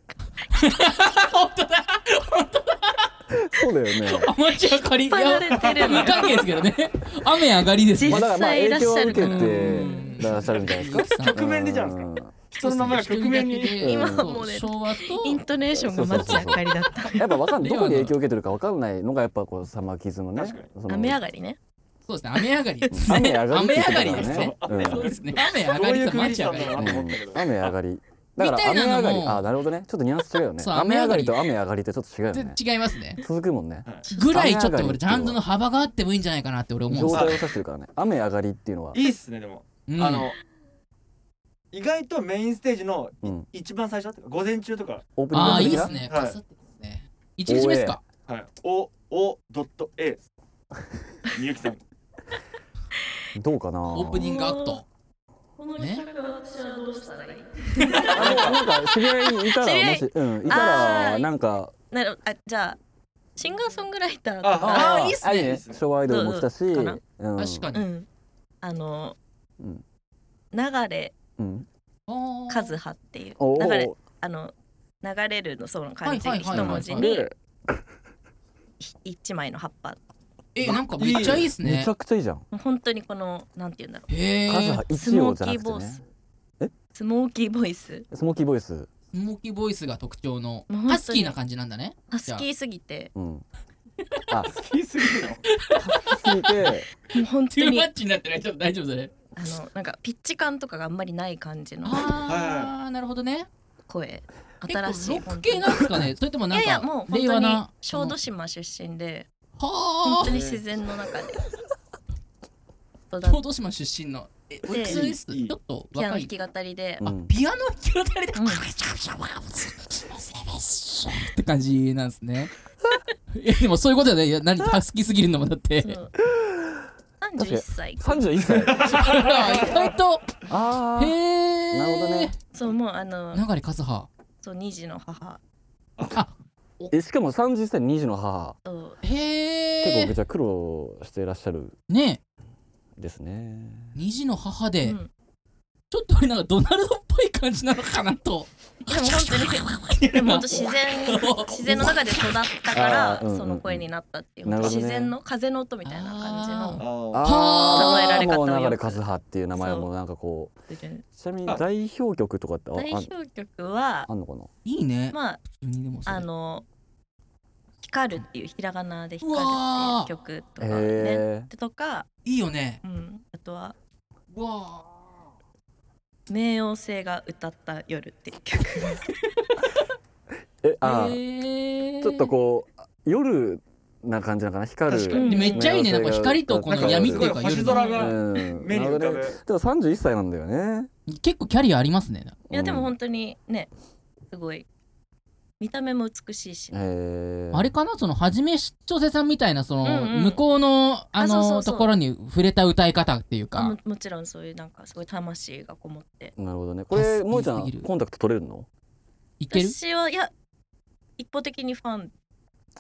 [SPEAKER 3] そうだよ ね
[SPEAKER 2] 町あかり。い
[SPEAKER 4] 引っ張ら
[SPEAKER 2] や
[SPEAKER 4] れてる
[SPEAKER 2] 無関係ですけどね。雨上がりですね
[SPEAKER 3] まあ。だからまあ影響を受け
[SPEAKER 4] 実
[SPEAKER 2] 際いらっしゃる
[SPEAKER 3] てらっしゃるんじゃない
[SPEAKER 2] みゆ
[SPEAKER 3] ですか
[SPEAKER 2] きさん
[SPEAKER 1] 局面でじゃないです
[SPEAKER 3] うん
[SPEAKER 1] 人の名前が曲面
[SPEAKER 2] 一人だけ
[SPEAKER 1] に
[SPEAKER 2] で
[SPEAKER 3] 今
[SPEAKER 4] もうね
[SPEAKER 2] 昭和と
[SPEAKER 4] イントネーションがマッチあかりだった
[SPEAKER 3] やっぱ わかんどこに影響を受けてるかわかんないのがやっぱこうサマーキズのね
[SPEAKER 1] 確か
[SPEAKER 3] その
[SPEAKER 4] 雨上がりね
[SPEAKER 2] そうですね雨上がりですね
[SPEAKER 3] 雨上がりって
[SPEAKER 2] 雨上
[SPEAKER 3] 言ってた
[SPEAKER 2] が
[SPEAKER 3] か
[SPEAKER 2] り
[SPEAKER 3] ら
[SPEAKER 2] ですね
[SPEAKER 3] ねうん
[SPEAKER 2] そうですね雨上
[SPEAKER 1] どう
[SPEAKER 2] が
[SPEAKER 1] い
[SPEAKER 2] り
[SPEAKER 1] う
[SPEAKER 2] と
[SPEAKER 1] 区切り
[SPEAKER 2] 町
[SPEAKER 1] した
[SPEAKER 2] 上
[SPEAKER 1] んだろうなと思ったけ
[SPEAKER 2] がり
[SPEAKER 1] ど
[SPEAKER 3] 雨上がり。だから
[SPEAKER 2] みた
[SPEAKER 3] 雨
[SPEAKER 2] いなのも
[SPEAKER 3] 上がり。あ、なるほどね。ちょっとニュアンス違うよね。
[SPEAKER 2] そう
[SPEAKER 3] 雨上がりと雨上がりってちょっと違うよね。
[SPEAKER 2] ちょっと違いますね
[SPEAKER 3] 続くもんね。
[SPEAKER 2] ぐらいちょっと
[SPEAKER 3] 雨上がり
[SPEAKER 2] 俺ジャンルの幅があってもいいんじゃないかなって俺思うん
[SPEAKER 3] 状
[SPEAKER 2] です
[SPEAKER 3] 態
[SPEAKER 2] よ
[SPEAKER 3] を指してるからね。雨上がりっていうのは。
[SPEAKER 1] いいっすねでも
[SPEAKER 2] うん
[SPEAKER 1] あの意外とメインステージの
[SPEAKER 3] うん。
[SPEAKER 1] 一番最初だったか午前中とか
[SPEAKER 3] オープニング
[SPEAKER 2] あーいい
[SPEAKER 3] 的
[SPEAKER 2] で
[SPEAKER 3] な
[SPEAKER 2] すね
[SPEAKER 1] はい
[SPEAKER 2] かすってですね一日目ですか
[SPEAKER 1] はいおおドット A みゆきさ ん
[SPEAKER 3] どうかな。
[SPEAKER 2] オープニングアクト
[SPEAKER 4] この
[SPEAKER 2] ね
[SPEAKER 4] 曲は私はどうしたらいい
[SPEAKER 3] あでもなん か知り合いにいた
[SPEAKER 4] 知
[SPEAKER 3] ら
[SPEAKER 4] り合
[SPEAKER 3] も
[SPEAKER 4] い
[SPEAKER 3] し、うんいたら
[SPEAKER 4] あー
[SPEAKER 3] なんか。
[SPEAKER 4] なるあじゃあシンガーソングライターと
[SPEAKER 1] あ
[SPEAKER 4] か
[SPEAKER 2] あーいいっすね
[SPEAKER 3] あ昭和アイドルも来たし。
[SPEAKER 4] うん
[SPEAKER 3] うん
[SPEAKER 2] 確
[SPEAKER 4] 確
[SPEAKER 2] か
[SPEAKER 4] う
[SPEAKER 2] に
[SPEAKER 4] んあの
[SPEAKER 3] うん
[SPEAKER 4] 流れ
[SPEAKER 3] うん。
[SPEAKER 4] 和葉っていう
[SPEAKER 3] お
[SPEAKER 4] 流れ
[SPEAKER 3] お。
[SPEAKER 4] あの流れるのその漢字
[SPEAKER 2] はい
[SPEAKER 4] 一
[SPEAKER 2] はいはいはい
[SPEAKER 4] 文字に
[SPEAKER 3] で、
[SPEAKER 4] ひ一枚の葉っぱ
[SPEAKER 2] えなんかめっちゃいいです
[SPEAKER 3] め
[SPEAKER 2] ね
[SPEAKER 3] ちゃくちゃいいじゃん。
[SPEAKER 4] 本当にこのなんて言うんだろ
[SPEAKER 2] へ
[SPEAKER 3] 数
[SPEAKER 2] え
[SPEAKER 3] は
[SPEAKER 4] うス
[SPEAKER 3] 一
[SPEAKER 4] モ
[SPEAKER 3] 応じ
[SPEAKER 4] ー
[SPEAKER 3] ゃ
[SPEAKER 4] キ
[SPEAKER 3] な
[SPEAKER 4] ーボ
[SPEAKER 3] く
[SPEAKER 4] イ
[SPEAKER 3] てね
[SPEAKER 4] ス。
[SPEAKER 3] え
[SPEAKER 4] スモーキーボイス
[SPEAKER 3] スモーキーボイス。
[SPEAKER 2] スモーキーボイスが特徴の
[SPEAKER 4] もう本当に
[SPEAKER 2] ハスキーな感じなんだね
[SPEAKER 4] ハスキーすぎて
[SPEAKER 3] うん。あ、好
[SPEAKER 1] いいすぎるの
[SPEAKER 3] きすぎて。
[SPEAKER 4] もう本
[SPEAKER 2] ト
[SPEAKER 4] 当
[SPEAKER 2] ゥー
[SPEAKER 4] に
[SPEAKER 2] マ
[SPEAKER 4] あ
[SPEAKER 2] ッチになってない ちょっと大丈夫それ
[SPEAKER 4] のなんかピッチ感とかがあんまりない感じの
[SPEAKER 2] ああなるほどね
[SPEAKER 4] 声新
[SPEAKER 2] 結構
[SPEAKER 4] しい
[SPEAKER 2] ロック系なんですかねそれとも
[SPEAKER 4] 本当
[SPEAKER 2] な
[SPEAKER 4] に
[SPEAKER 2] ん
[SPEAKER 4] い
[SPEAKER 2] か
[SPEAKER 4] やいやもう本
[SPEAKER 2] 令
[SPEAKER 4] 当
[SPEAKER 2] 和
[SPEAKER 4] に
[SPEAKER 2] な
[SPEAKER 4] 小豆島出身で
[SPEAKER 2] は
[SPEAKER 4] 本当に自然の中で育
[SPEAKER 2] あ小
[SPEAKER 4] っ
[SPEAKER 2] 豆島出身のえ
[SPEAKER 4] で
[SPEAKER 2] おいくつです
[SPEAKER 1] いい
[SPEAKER 2] ちょっと
[SPEAKER 4] ピアノ
[SPEAKER 2] 若
[SPEAKER 4] 弾
[SPEAKER 2] い
[SPEAKER 4] き語りで
[SPEAKER 3] う
[SPEAKER 2] あ
[SPEAKER 3] ん
[SPEAKER 2] ピアノ弾き語りで
[SPEAKER 4] うん
[SPEAKER 2] って感じなんですねいやでもそういうことだねいや何好きすぎるのもだって
[SPEAKER 4] そう31歳
[SPEAKER 3] 三十一歳。
[SPEAKER 2] あ意外と
[SPEAKER 3] あー
[SPEAKER 2] へえ
[SPEAKER 3] なるほどね
[SPEAKER 4] そうもうあの
[SPEAKER 2] 流和葉
[SPEAKER 4] そう二児の母
[SPEAKER 3] えしかも30歳2児の母
[SPEAKER 4] と
[SPEAKER 3] 結
[SPEAKER 2] へ
[SPEAKER 3] 構ぐ
[SPEAKER 2] え
[SPEAKER 3] ちゃ苦労してらっしゃる
[SPEAKER 2] ねえ
[SPEAKER 3] ですね
[SPEAKER 2] 虹の母
[SPEAKER 4] う
[SPEAKER 2] で、
[SPEAKER 4] ん
[SPEAKER 2] ちょっと俺なんかドナルドっぽい感じなのかなと
[SPEAKER 4] でも本当にでも本当自 然自然の中で育ったから
[SPEAKER 3] あーうんうんうん
[SPEAKER 4] その声になったっていう、
[SPEAKER 3] なるほどね
[SPEAKER 4] 自然の風の音みたいな感じの
[SPEAKER 1] あー
[SPEAKER 2] は
[SPEAKER 4] あ
[SPEAKER 3] ー
[SPEAKER 4] 考えられ方
[SPEAKER 3] もう
[SPEAKER 4] も
[SPEAKER 3] 流
[SPEAKER 4] よ
[SPEAKER 3] れ
[SPEAKER 4] く
[SPEAKER 3] 和葉っていう名前もなんかこうちなみに
[SPEAKER 1] あ
[SPEAKER 3] 代表曲とかってあ
[SPEAKER 4] 代
[SPEAKER 3] あ
[SPEAKER 4] 表曲はい
[SPEAKER 3] あんのかない
[SPEAKER 2] いね、
[SPEAKER 4] まあ
[SPEAKER 2] 普通にでもそれ
[SPEAKER 4] あの「光る」っていうひらがなで「光る」っていう曲とかね。
[SPEAKER 3] へ
[SPEAKER 4] とか、
[SPEAKER 2] いいよね
[SPEAKER 4] うん、あとは
[SPEAKER 2] うわ
[SPEAKER 4] 「冥王星が歌った夜」っていう曲
[SPEAKER 3] ええあー
[SPEAKER 2] ー
[SPEAKER 3] ちょっとこう夜な感じなのかな光
[SPEAKER 1] 確か
[SPEAKER 3] る
[SPEAKER 1] に
[SPEAKER 2] でめっちゃいいねなんか光とこ
[SPEAKER 1] なん
[SPEAKER 2] の
[SPEAKER 1] か
[SPEAKER 2] 闇ってい
[SPEAKER 1] す
[SPEAKER 2] うか
[SPEAKER 1] ごい星
[SPEAKER 2] 夜
[SPEAKER 1] 空
[SPEAKER 2] の
[SPEAKER 1] が
[SPEAKER 3] うん
[SPEAKER 1] 目に浮かぶ
[SPEAKER 3] なるほどねでも31歳なんだよね
[SPEAKER 2] 結構キャリアありますね
[SPEAKER 4] いやでも
[SPEAKER 3] うん
[SPEAKER 4] 本当にねすごい見た目も美しいし、
[SPEAKER 3] へー
[SPEAKER 2] あれかなそのはじめし調整さんみたいなその、
[SPEAKER 4] うんうん
[SPEAKER 2] 向こうのあの
[SPEAKER 4] あそうそうそう
[SPEAKER 2] ところに触れた歌い方っていう
[SPEAKER 4] あ
[SPEAKER 2] か
[SPEAKER 4] ももちろんそういうなんかすごい魂がこもって
[SPEAKER 3] なるほどねこれ
[SPEAKER 2] パス
[SPEAKER 3] もうち
[SPEAKER 2] いい
[SPEAKER 3] ゃ
[SPEAKER 2] すぎ
[SPEAKER 3] ん
[SPEAKER 2] る
[SPEAKER 3] コンタクト取れるの
[SPEAKER 2] いける
[SPEAKER 4] 私はいや一方的にファンって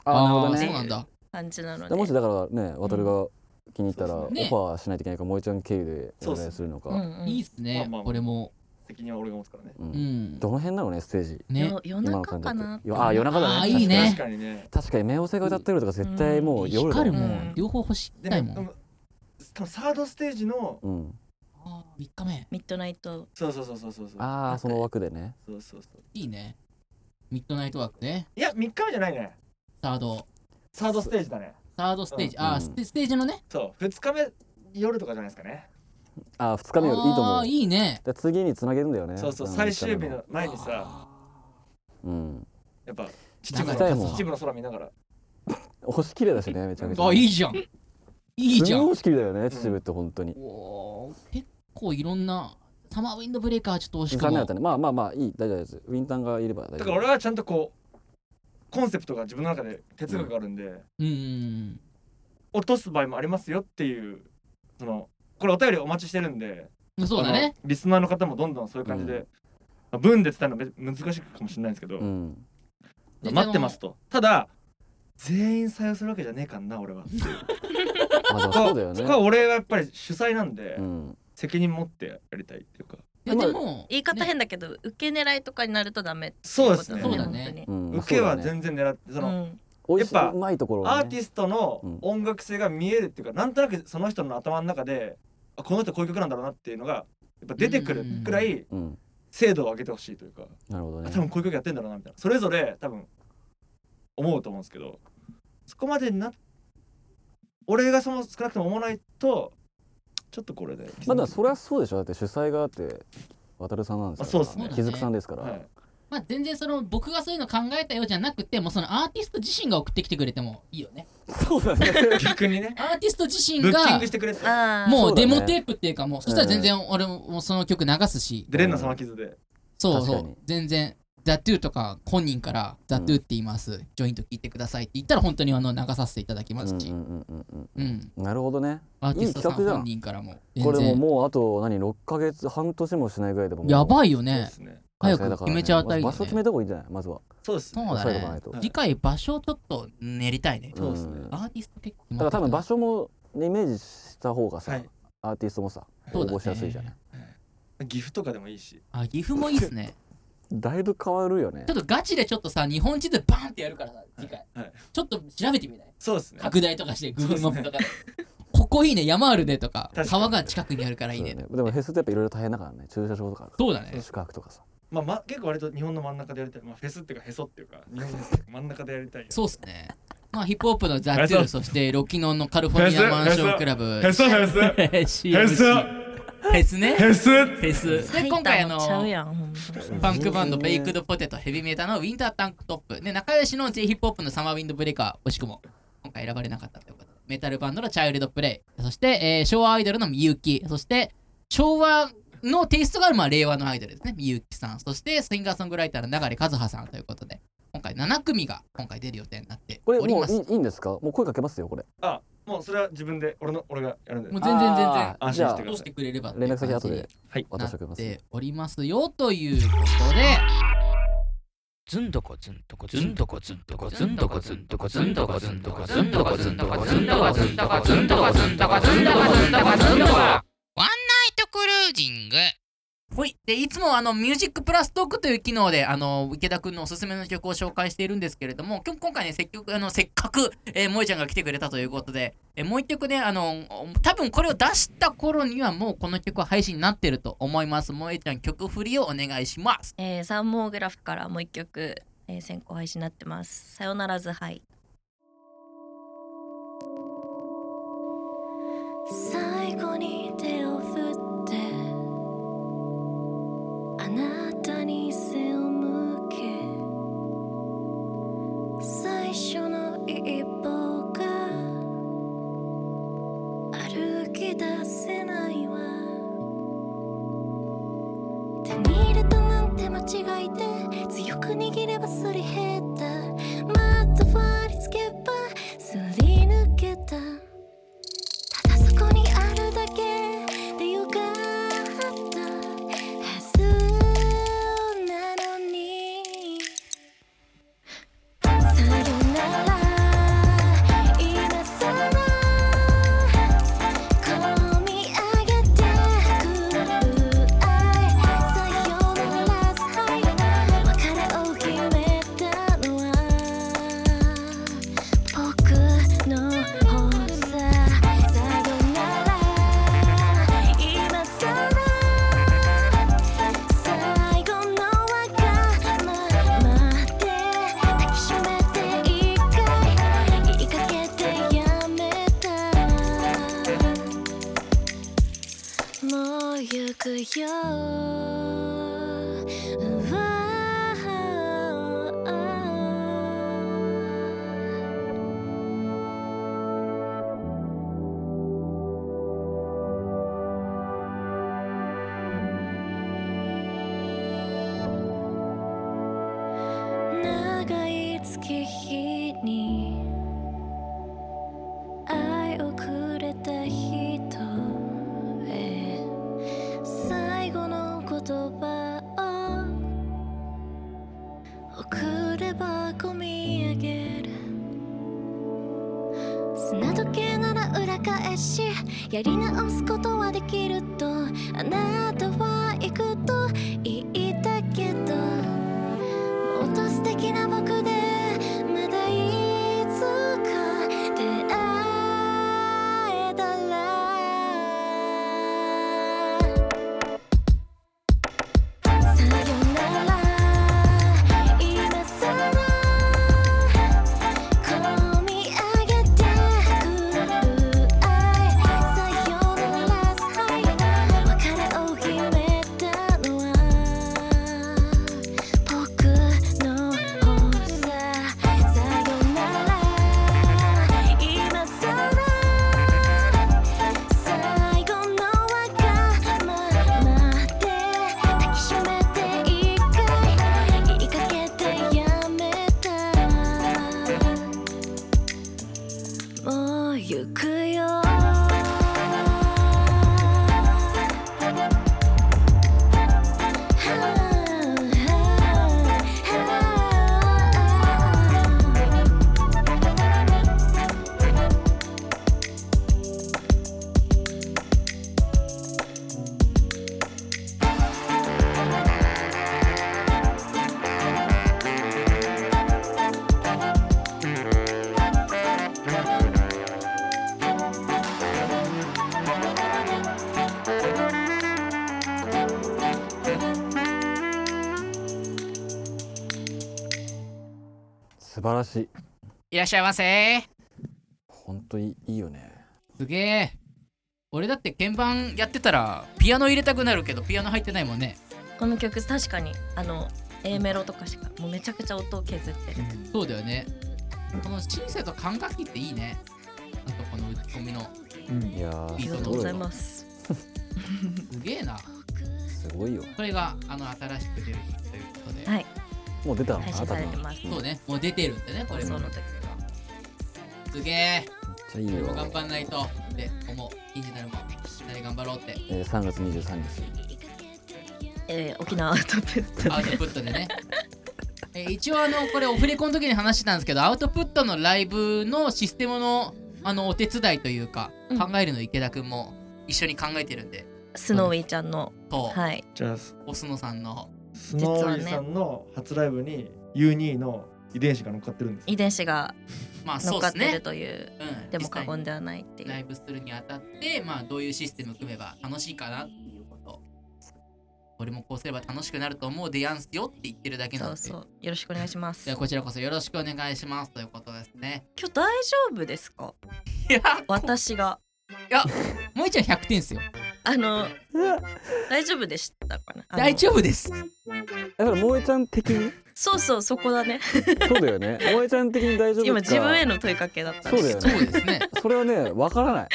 [SPEAKER 3] あ
[SPEAKER 2] ー
[SPEAKER 3] ーなるほど
[SPEAKER 2] そ
[SPEAKER 3] ね
[SPEAKER 2] うなんだ
[SPEAKER 4] 感じなの
[SPEAKER 3] で
[SPEAKER 4] で
[SPEAKER 3] もしだからね渡るが気に入ったら
[SPEAKER 1] そうそ
[SPEAKER 3] オ
[SPEAKER 1] う
[SPEAKER 3] フ
[SPEAKER 2] ね
[SPEAKER 3] ァーしないといけないからもえちゃん経由でお願いするの
[SPEAKER 4] うん
[SPEAKER 3] か
[SPEAKER 4] うん
[SPEAKER 2] いいっすね、
[SPEAKER 1] まあまあまあ
[SPEAKER 2] 俺も
[SPEAKER 1] 責任は俺が持つからね。
[SPEAKER 3] う
[SPEAKER 2] うんん
[SPEAKER 3] どの辺なのねステージ
[SPEAKER 2] ね
[SPEAKER 4] よ
[SPEAKER 3] 今
[SPEAKER 4] 夜
[SPEAKER 3] の
[SPEAKER 4] 中
[SPEAKER 3] 感じ
[SPEAKER 4] かな
[SPEAKER 3] だとああ夜中だ
[SPEAKER 2] あー
[SPEAKER 3] ね
[SPEAKER 2] いいね
[SPEAKER 1] 確かにね。
[SPEAKER 3] 確かに冥王星が歌ってるとか絶対もう夜だ
[SPEAKER 2] 光るもん、
[SPEAKER 4] うん
[SPEAKER 2] 両方欲しい
[SPEAKER 1] で
[SPEAKER 2] たい
[SPEAKER 1] も
[SPEAKER 2] もん、
[SPEAKER 1] でも多分サードステージの
[SPEAKER 3] うん
[SPEAKER 2] あー3日目
[SPEAKER 4] ミッドナイト
[SPEAKER 1] そうそうそうそうそうそう。
[SPEAKER 3] ああその枠でね
[SPEAKER 1] そうそうそう。
[SPEAKER 2] いいねミッドナイトワークね
[SPEAKER 1] いや三日目じゃないね。
[SPEAKER 2] サード
[SPEAKER 1] サードステージだね。
[SPEAKER 2] サードステージ、
[SPEAKER 3] うん
[SPEAKER 2] あ
[SPEAKER 3] う
[SPEAKER 2] ー
[SPEAKER 3] ん
[SPEAKER 2] ステステージのね
[SPEAKER 1] そう二日目夜とかじゃないですかね。
[SPEAKER 3] ああ2日目よりいいと思
[SPEAKER 2] あ
[SPEAKER 3] う
[SPEAKER 2] ーいいね
[SPEAKER 3] で次につなげるんだよね
[SPEAKER 1] そうそう
[SPEAKER 3] あ
[SPEAKER 1] 最終日
[SPEAKER 3] 三
[SPEAKER 1] の前にさ
[SPEAKER 2] あ
[SPEAKER 3] うん
[SPEAKER 1] やっぱ秩
[SPEAKER 3] なんか行きたい
[SPEAKER 1] 父
[SPEAKER 3] もん
[SPEAKER 1] の秩父の空見ながら。
[SPEAKER 3] 星綺麗だしねめちゃめち
[SPEAKER 2] ー
[SPEAKER 3] ゃ
[SPEAKER 2] あいいじゃんいいじゃ
[SPEAKER 3] す
[SPEAKER 2] ん
[SPEAKER 3] ごい星綺麗だよね秩父って本当に
[SPEAKER 2] おー結構いろんなサマーウィンドブレーカーちょっと惜し
[SPEAKER 3] 時
[SPEAKER 2] く
[SPEAKER 3] 間なか
[SPEAKER 2] も
[SPEAKER 3] ったねまあまあまあいい大丈夫ですウィンタンがいれば大
[SPEAKER 1] だ
[SPEAKER 3] 丈
[SPEAKER 1] から
[SPEAKER 3] 夫
[SPEAKER 1] 俺はちゃんとこうコンセプトが自分の中で哲学があるんで、
[SPEAKER 2] うんうんうん
[SPEAKER 1] 落とす場合もありますよっていうそのこれお便りお待ちしてるんで
[SPEAKER 2] うんそうだね
[SPEAKER 1] あのリスナーの方もどんどんそういう感じで、まあ文で伝えるのめ難しいかもしれないんですけど、
[SPEAKER 3] うん
[SPEAKER 1] まあ待ってますとただ全員採用するわけじゃねえかんな俺は
[SPEAKER 3] まあでもそうだよ
[SPEAKER 1] そ
[SPEAKER 3] ね
[SPEAKER 1] こは俺はやっぱり主催なんで、
[SPEAKER 3] うん
[SPEAKER 1] 責任持ってやりたいっていうか
[SPEAKER 2] いやでも
[SPEAKER 4] 言い方
[SPEAKER 2] ね
[SPEAKER 4] 変だけど、受け狙いとかになるとダメってい
[SPEAKER 1] そうですね
[SPEAKER 4] ことだ
[SPEAKER 2] そうだね
[SPEAKER 4] 本当に
[SPEAKER 3] うんまあ
[SPEAKER 1] 受けは
[SPEAKER 3] そうだよね
[SPEAKER 1] 全然狙ってその、
[SPEAKER 4] うん
[SPEAKER 3] 美味しい
[SPEAKER 1] やっぱ
[SPEAKER 3] うまいところをね
[SPEAKER 1] アーティストの
[SPEAKER 3] うん
[SPEAKER 1] 音楽性が見えるっていうか、なんとなくその人の頭の中であこの人こういう曲なんだろうなっていうのがやっぱ出てくるくらい
[SPEAKER 3] うん
[SPEAKER 1] 精度を上げてほしいというか、
[SPEAKER 3] なるほど
[SPEAKER 1] あ
[SPEAKER 3] ね
[SPEAKER 1] 多分こういう曲やってんだろうなみたいなそれぞれ多分思うと思うんですけどそこまでな俺がその少なくとも思わないとちょっとこれで
[SPEAKER 3] まあでもそれはそうでしょだって主催があって渡るさんなんですから
[SPEAKER 1] あそうっすね
[SPEAKER 3] 気づくさんですから、
[SPEAKER 1] はい、
[SPEAKER 2] まあ全然その僕がそういうの考えたようじゃなくてもうそのアーティスト自身が送ってきてくれてもいいよね
[SPEAKER 3] そうだね
[SPEAKER 1] 逆にね
[SPEAKER 2] アーティスト自身
[SPEAKER 1] ブッキン
[SPEAKER 2] が
[SPEAKER 1] グしてくれて
[SPEAKER 4] ああ
[SPEAKER 2] も
[SPEAKER 3] そううだ
[SPEAKER 2] デ
[SPEAKER 3] ね
[SPEAKER 2] モテープっていうかもうそしたら全然俺もその曲流すし
[SPEAKER 1] でレンナ様傷で
[SPEAKER 2] そうそ
[SPEAKER 3] 確か
[SPEAKER 2] う
[SPEAKER 3] に
[SPEAKER 2] 全然ザ・トゥーとか本人から「ザ・トゥーって言います、ジョイント聞いてください」って言ったら本当にあの流させていただきま
[SPEAKER 3] うんう
[SPEAKER 2] す
[SPEAKER 3] ん
[SPEAKER 2] し、
[SPEAKER 3] うんうん
[SPEAKER 2] うん
[SPEAKER 3] うんなるほどね
[SPEAKER 2] アーティストさ
[SPEAKER 3] い
[SPEAKER 2] ん
[SPEAKER 3] い企画だ
[SPEAKER 2] 本人からも全
[SPEAKER 3] こ
[SPEAKER 2] 然
[SPEAKER 3] れももうあと何6ヶ月半年もしないぐらいでももう
[SPEAKER 2] やばいよ
[SPEAKER 1] そうで
[SPEAKER 2] ね
[SPEAKER 1] すね
[SPEAKER 2] 早
[SPEAKER 3] 開催だ
[SPEAKER 2] く決
[SPEAKER 3] からね
[SPEAKER 2] めちゃうたり、ね、
[SPEAKER 3] 場所決めた方がいいんじゃないまずは
[SPEAKER 1] そうですね
[SPEAKER 2] そうだ
[SPEAKER 3] 押さえとかない
[SPEAKER 2] ね
[SPEAKER 3] と
[SPEAKER 2] 次回場所ちょっと練りたいね
[SPEAKER 1] そうですね
[SPEAKER 2] アーティスト結構
[SPEAKER 3] だから多分場
[SPEAKER 2] 所
[SPEAKER 3] 所もイメージした方がさ、
[SPEAKER 1] はい
[SPEAKER 3] アーティストもさ
[SPEAKER 2] そ
[SPEAKER 3] 応
[SPEAKER 2] うだね
[SPEAKER 3] 募しやすいじゃない、
[SPEAKER 1] 岐阜とかでもいいし
[SPEAKER 2] あ岐阜もいいっすね
[SPEAKER 3] だいぶ変わるよね
[SPEAKER 2] ちょっとガチでちょっとさ日本地図バーンってやるからさ次回、
[SPEAKER 1] はい
[SPEAKER 2] ちょっと調べてみない
[SPEAKER 1] そうですね
[SPEAKER 2] 拡大とかして Google マ
[SPEAKER 1] そう
[SPEAKER 2] ッ
[SPEAKER 1] ですね
[SPEAKER 2] プとかでここいいね山あるねとか
[SPEAKER 1] 確かに
[SPEAKER 2] 川が近くにあるからいいね
[SPEAKER 3] そうだねでもフェスってやっぱいろいろ大変だからね駐車場とか
[SPEAKER 2] そうだね
[SPEAKER 3] 宿泊とかさ
[SPEAKER 1] まあ、ま、結構割と日本の真ん中でやりたい、まあ、フェスっていうかへそっていうか日本ですけど真ん中でやりた い
[SPEAKER 2] そうっすねまあヒップホップのザ・トゥールそしてロキノンのカルフォルニ
[SPEAKER 1] フ
[SPEAKER 2] ア
[SPEAKER 1] ェス
[SPEAKER 2] マンションクラブ
[SPEAKER 1] へそ へそ
[SPEAKER 2] CM フェスね
[SPEAKER 1] へそ
[SPEAKER 2] フェスで
[SPEAKER 4] 入
[SPEAKER 2] 今
[SPEAKER 4] った
[SPEAKER 2] 回あ
[SPEAKER 4] ら
[SPEAKER 2] の
[SPEAKER 4] ちゃうやんほんと
[SPEAKER 2] パンクバンドベイクドポテトヘビメーターのウィンタータンクトップで仲良しの J ヒップホップのサマーウィンドブレーカー惜しくも今回選ばれなかったということでメタルバンドのチャイルドプレイそして、えー昭和アイドルのみゆきそして昭和のテイストがある、まあ、令和のアイドルですねみゆきさんそしてシンガーソングライターの流和葉さんということで今回7組が今回出る予定になって
[SPEAKER 3] これ
[SPEAKER 2] おり
[SPEAKER 3] も
[SPEAKER 2] ま
[SPEAKER 3] うい
[SPEAKER 2] す
[SPEAKER 3] いいいんですかもう声かけますよこれ
[SPEAKER 1] あもうそれは自分で俺の俺がやるんで
[SPEAKER 2] もう全然全然
[SPEAKER 4] あー
[SPEAKER 1] 安
[SPEAKER 4] じ
[SPEAKER 1] 心し
[SPEAKER 4] ゃあ
[SPEAKER 1] てく
[SPEAKER 2] 戻
[SPEAKER 1] だ
[SPEAKER 2] し
[SPEAKER 1] さ
[SPEAKER 2] て
[SPEAKER 1] い
[SPEAKER 2] くれれば
[SPEAKER 4] 連絡先後で
[SPEAKER 1] はい
[SPEAKER 2] な
[SPEAKER 4] 渡しておき
[SPEAKER 2] っ
[SPEAKER 4] ます
[SPEAKER 2] ておりますよということで
[SPEAKER 6] ずんどこずんどこずんどこずんどこずんどこずんどこずんどこずんどこずんどこずんどこずんどこずんどこずんどこずんどこずんどこずんどこずんどこワンナイトクルージング
[SPEAKER 2] ほい。で、いつもあの、ミュージックプラストークという機能で、あの、池田くんのおすすめの曲を紹介しているんですけれども、今日今回ね、せっかく、あの、せっかく、えー萌えちゃんが来てくれたということで、えーもう一曲ね、あの、多分これを出した頃にはもうこの曲は配信になってると思います。萌えちゃん、曲振りをお願いします。
[SPEAKER 7] えーサンモーグラフからもう一曲、えー先行配信になってます。さよならずはい。最後に手を振ってあなたに背を向け最初の一歩が歩き出せないわ手に入れたなんて間違いで強く握ればすり減ったまた割りつけばすり抜けたただそこにあるだけでよかったはずなのにさよなら今さら込み上げてくる愛さよならさ別れを決めたのは僕の方ささよなら今さら最後のわがままで抱きしめて一回言いかけてやめたもう行くようわ長い月日に愛をくれた人へ最後の言葉を送れば込み上げる砂時計なら裏返しやり直すことはできるとあなたは行くと言いたけどもっと素敵な僕でまたいつか出会えたらさよなら今さら込み上げてくる愛さよならさ別れを決めたのは僕の方ささよなら今さら最後のわがままで抱きしめて一回言いかけてやめたもう行くよ
[SPEAKER 4] 素晴らしい
[SPEAKER 2] いらっしゃいませ。
[SPEAKER 4] 本当にいいよね
[SPEAKER 2] すげえ。俺だって鍵盤やってたら、ピアノ入れたくなるけど、ピアノ入ってないもんね。
[SPEAKER 7] この曲確かにあの A メロとかしかもうめちゃくちゃ音を削ってる
[SPEAKER 2] そうだよね。このシンセと管楽器っていいね。なんかこの打ち込みの。
[SPEAKER 1] うん
[SPEAKER 4] いやー
[SPEAKER 7] ありが
[SPEAKER 4] す
[SPEAKER 7] とう
[SPEAKER 4] ご
[SPEAKER 7] ご
[SPEAKER 4] い
[SPEAKER 7] ざい
[SPEAKER 4] わ
[SPEAKER 7] ます
[SPEAKER 2] すげえな。
[SPEAKER 4] すごいよ
[SPEAKER 2] これがあの新しく出るということで、
[SPEAKER 7] はい
[SPEAKER 4] もう出たのかな多
[SPEAKER 7] 配信され
[SPEAKER 4] 分
[SPEAKER 7] てます
[SPEAKER 2] そうねもう出てるんでねこれ
[SPEAKER 7] 放
[SPEAKER 2] も
[SPEAKER 7] 送の時
[SPEAKER 2] すげえ
[SPEAKER 3] っちゃいい
[SPEAKER 2] もう
[SPEAKER 3] わ
[SPEAKER 2] 頑、張んないとって思う。いいじゃないもん。みんなで頑張ろうって。
[SPEAKER 3] えー、3月23日
[SPEAKER 4] えー、沖縄アウトプットで
[SPEAKER 2] アウトプットで ね。え一応あのこれオフレコの時に話してたんですけどアウトプットのライブのシステムのあのお手伝いというか、
[SPEAKER 4] うん
[SPEAKER 2] 考えるの池田くんも一緒に考えてるんで
[SPEAKER 4] スノーウィーちゃんの、
[SPEAKER 2] と、
[SPEAKER 4] はい、
[SPEAKER 1] じゃあス
[SPEAKER 2] おすのさんの
[SPEAKER 1] スノーリーさんの初ライブに U2 の遺伝子が乗っかってるんです
[SPEAKER 4] 遺伝子が
[SPEAKER 2] まあそ
[SPEAKER 4] 乗っ
[SPEAKER 2] うで
[SPEAKER 4] かっ
[SPEAKER 2] す
[SPEAKER 4] て
[SPEAKER 2] ね
[SPEAKER 4] る。という、
[SPEAKER 2] うん、
[SPEAKER 4] でも過言
[SPEAKER 2] で
[SPEAKER 4] ではないってい
[SPEAKER 2] ライ
[SPEAKER 4] う。
[SPEAKER 2] ブするにあたってまあどういうシステム組めば楽しいかなっていうこと俺もこうすれば楽しくなると思うでやんすよって言ってるだけな
[SPEAKER 4] そ
[SPEAKER 2] ん
[SPEAKER 4] う
[SPEAKER 2] で
[SPEAKER 4] そう、よろしくお願いします。
[SPEAKER 2] じゃあ
[SPEAKER 4] 今
[SPEAKER 2] こちらこそよろしくお願いしますということですね
[SPEAKER 4] 日大丈夫ですか
[SPEAKER 2] いや
[SPEAKER 4] 私が。
[SPEAKER 2] 萌えちゃん100点っすよ
[SPEAKER 4] あの、大丈夫でしたかねあの
[SPEAKER 2] 大丈夫です
[SPEAKER 3] だから萌えちゃん的に
[SPEAKER 4] そうそう、そこだね。
[SPEAKER 3] そうだよね萌えちゃん的に大丈夫か
[SPEAKER 4] 今、自分への問いかけだったん
[SPEAKER 3] そう
[SPEAKER 4] です
[SPEAKER 3] だ
[SPEAKER 4] け
[SPEAKER 3] よ
[SPEAKER 4] ど。
[SPEAKER 2] そう
[SPEAKER 3] ね
[SPEAKER 2] ですね
[SPEAKER 3] それはねわからない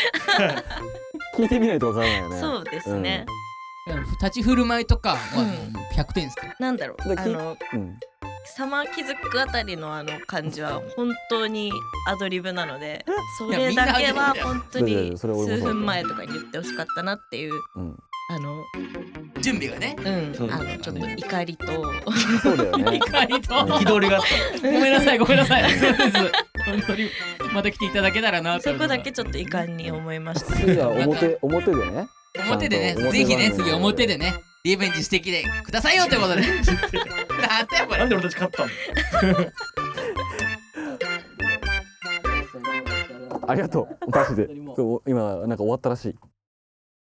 [SPEAKER 3] 聞いてみないとわからないよね
[SPEAKER 4] そうですね。
[SPEAKER 2] 立ち振る舞いとかはもう100点っすよ、
[SPEAKER 4] なんだろう、
[SPEAKER 3] で
[SPEAKER 4] あの、
[SPEAKER 3] うん
[SPEAKER 4] サマー気づくあたりのあの感じは本当にアドリブなのでそ
[SPEAKER 2] いや
[SPEAKER 4] れ
[SPEAKER 2] みんな
[SPEAKER 4] だ
[SPEAKER 2] アドリ
[SPEAKER 4] け
[SPEAKER 2] ブだよ
[SPEAKER 4] は本当
[SPEAKER 3] いやい
[SPEAKER 4] に
[SPEAKER 3] や
[SPEAKER 4] 数
[SPEAKER 3] それ俺もそう
[SPEAKER 4] 分前とかに言ってほしかったなっていう
[SPEAKER 3] うん
[SPEAKER 4] あの
[SPEAKER 2] 準備 がね
[SPEAKER 4] うん
[SPEAKER 1] そう
[SPEAKER 4] あのちょっと怒りと
[SPEAKER 3] そうだよ ね
[SPEAKER 2] 怒りと
[SPEAKER 3] うん
[SPEAKER 1] 憤りがあった
[SPEAKER 2] ごめんなさいごめんなさいそうです本当にまた来ていただけたらなと
[SPEAKER 4] そ
[SPEAKER 2] 思いま
[SPEAKER 4] こ
[SPEAKER 2] す
[SPEAKER 4] だけちょっと遺憾に思いました
[SPEAKER 3] 次は表表でね
[SPEAKER 2] 表でね
[SPEAKER 3] ちゃんと
[SPEAKER 2] ぜひね次
[SPEAKER 3] 表番組
[SPEAKER 2] 表でねリベンジしてきてくださいよってこと でなんだよこ
[SPEAKER 1] な
[SPEAKER 2] れ
[SPEAKER 1] んで俺たち勝ったの
[SPEAKER 3] ありがとうマジで今なんか終わったらしい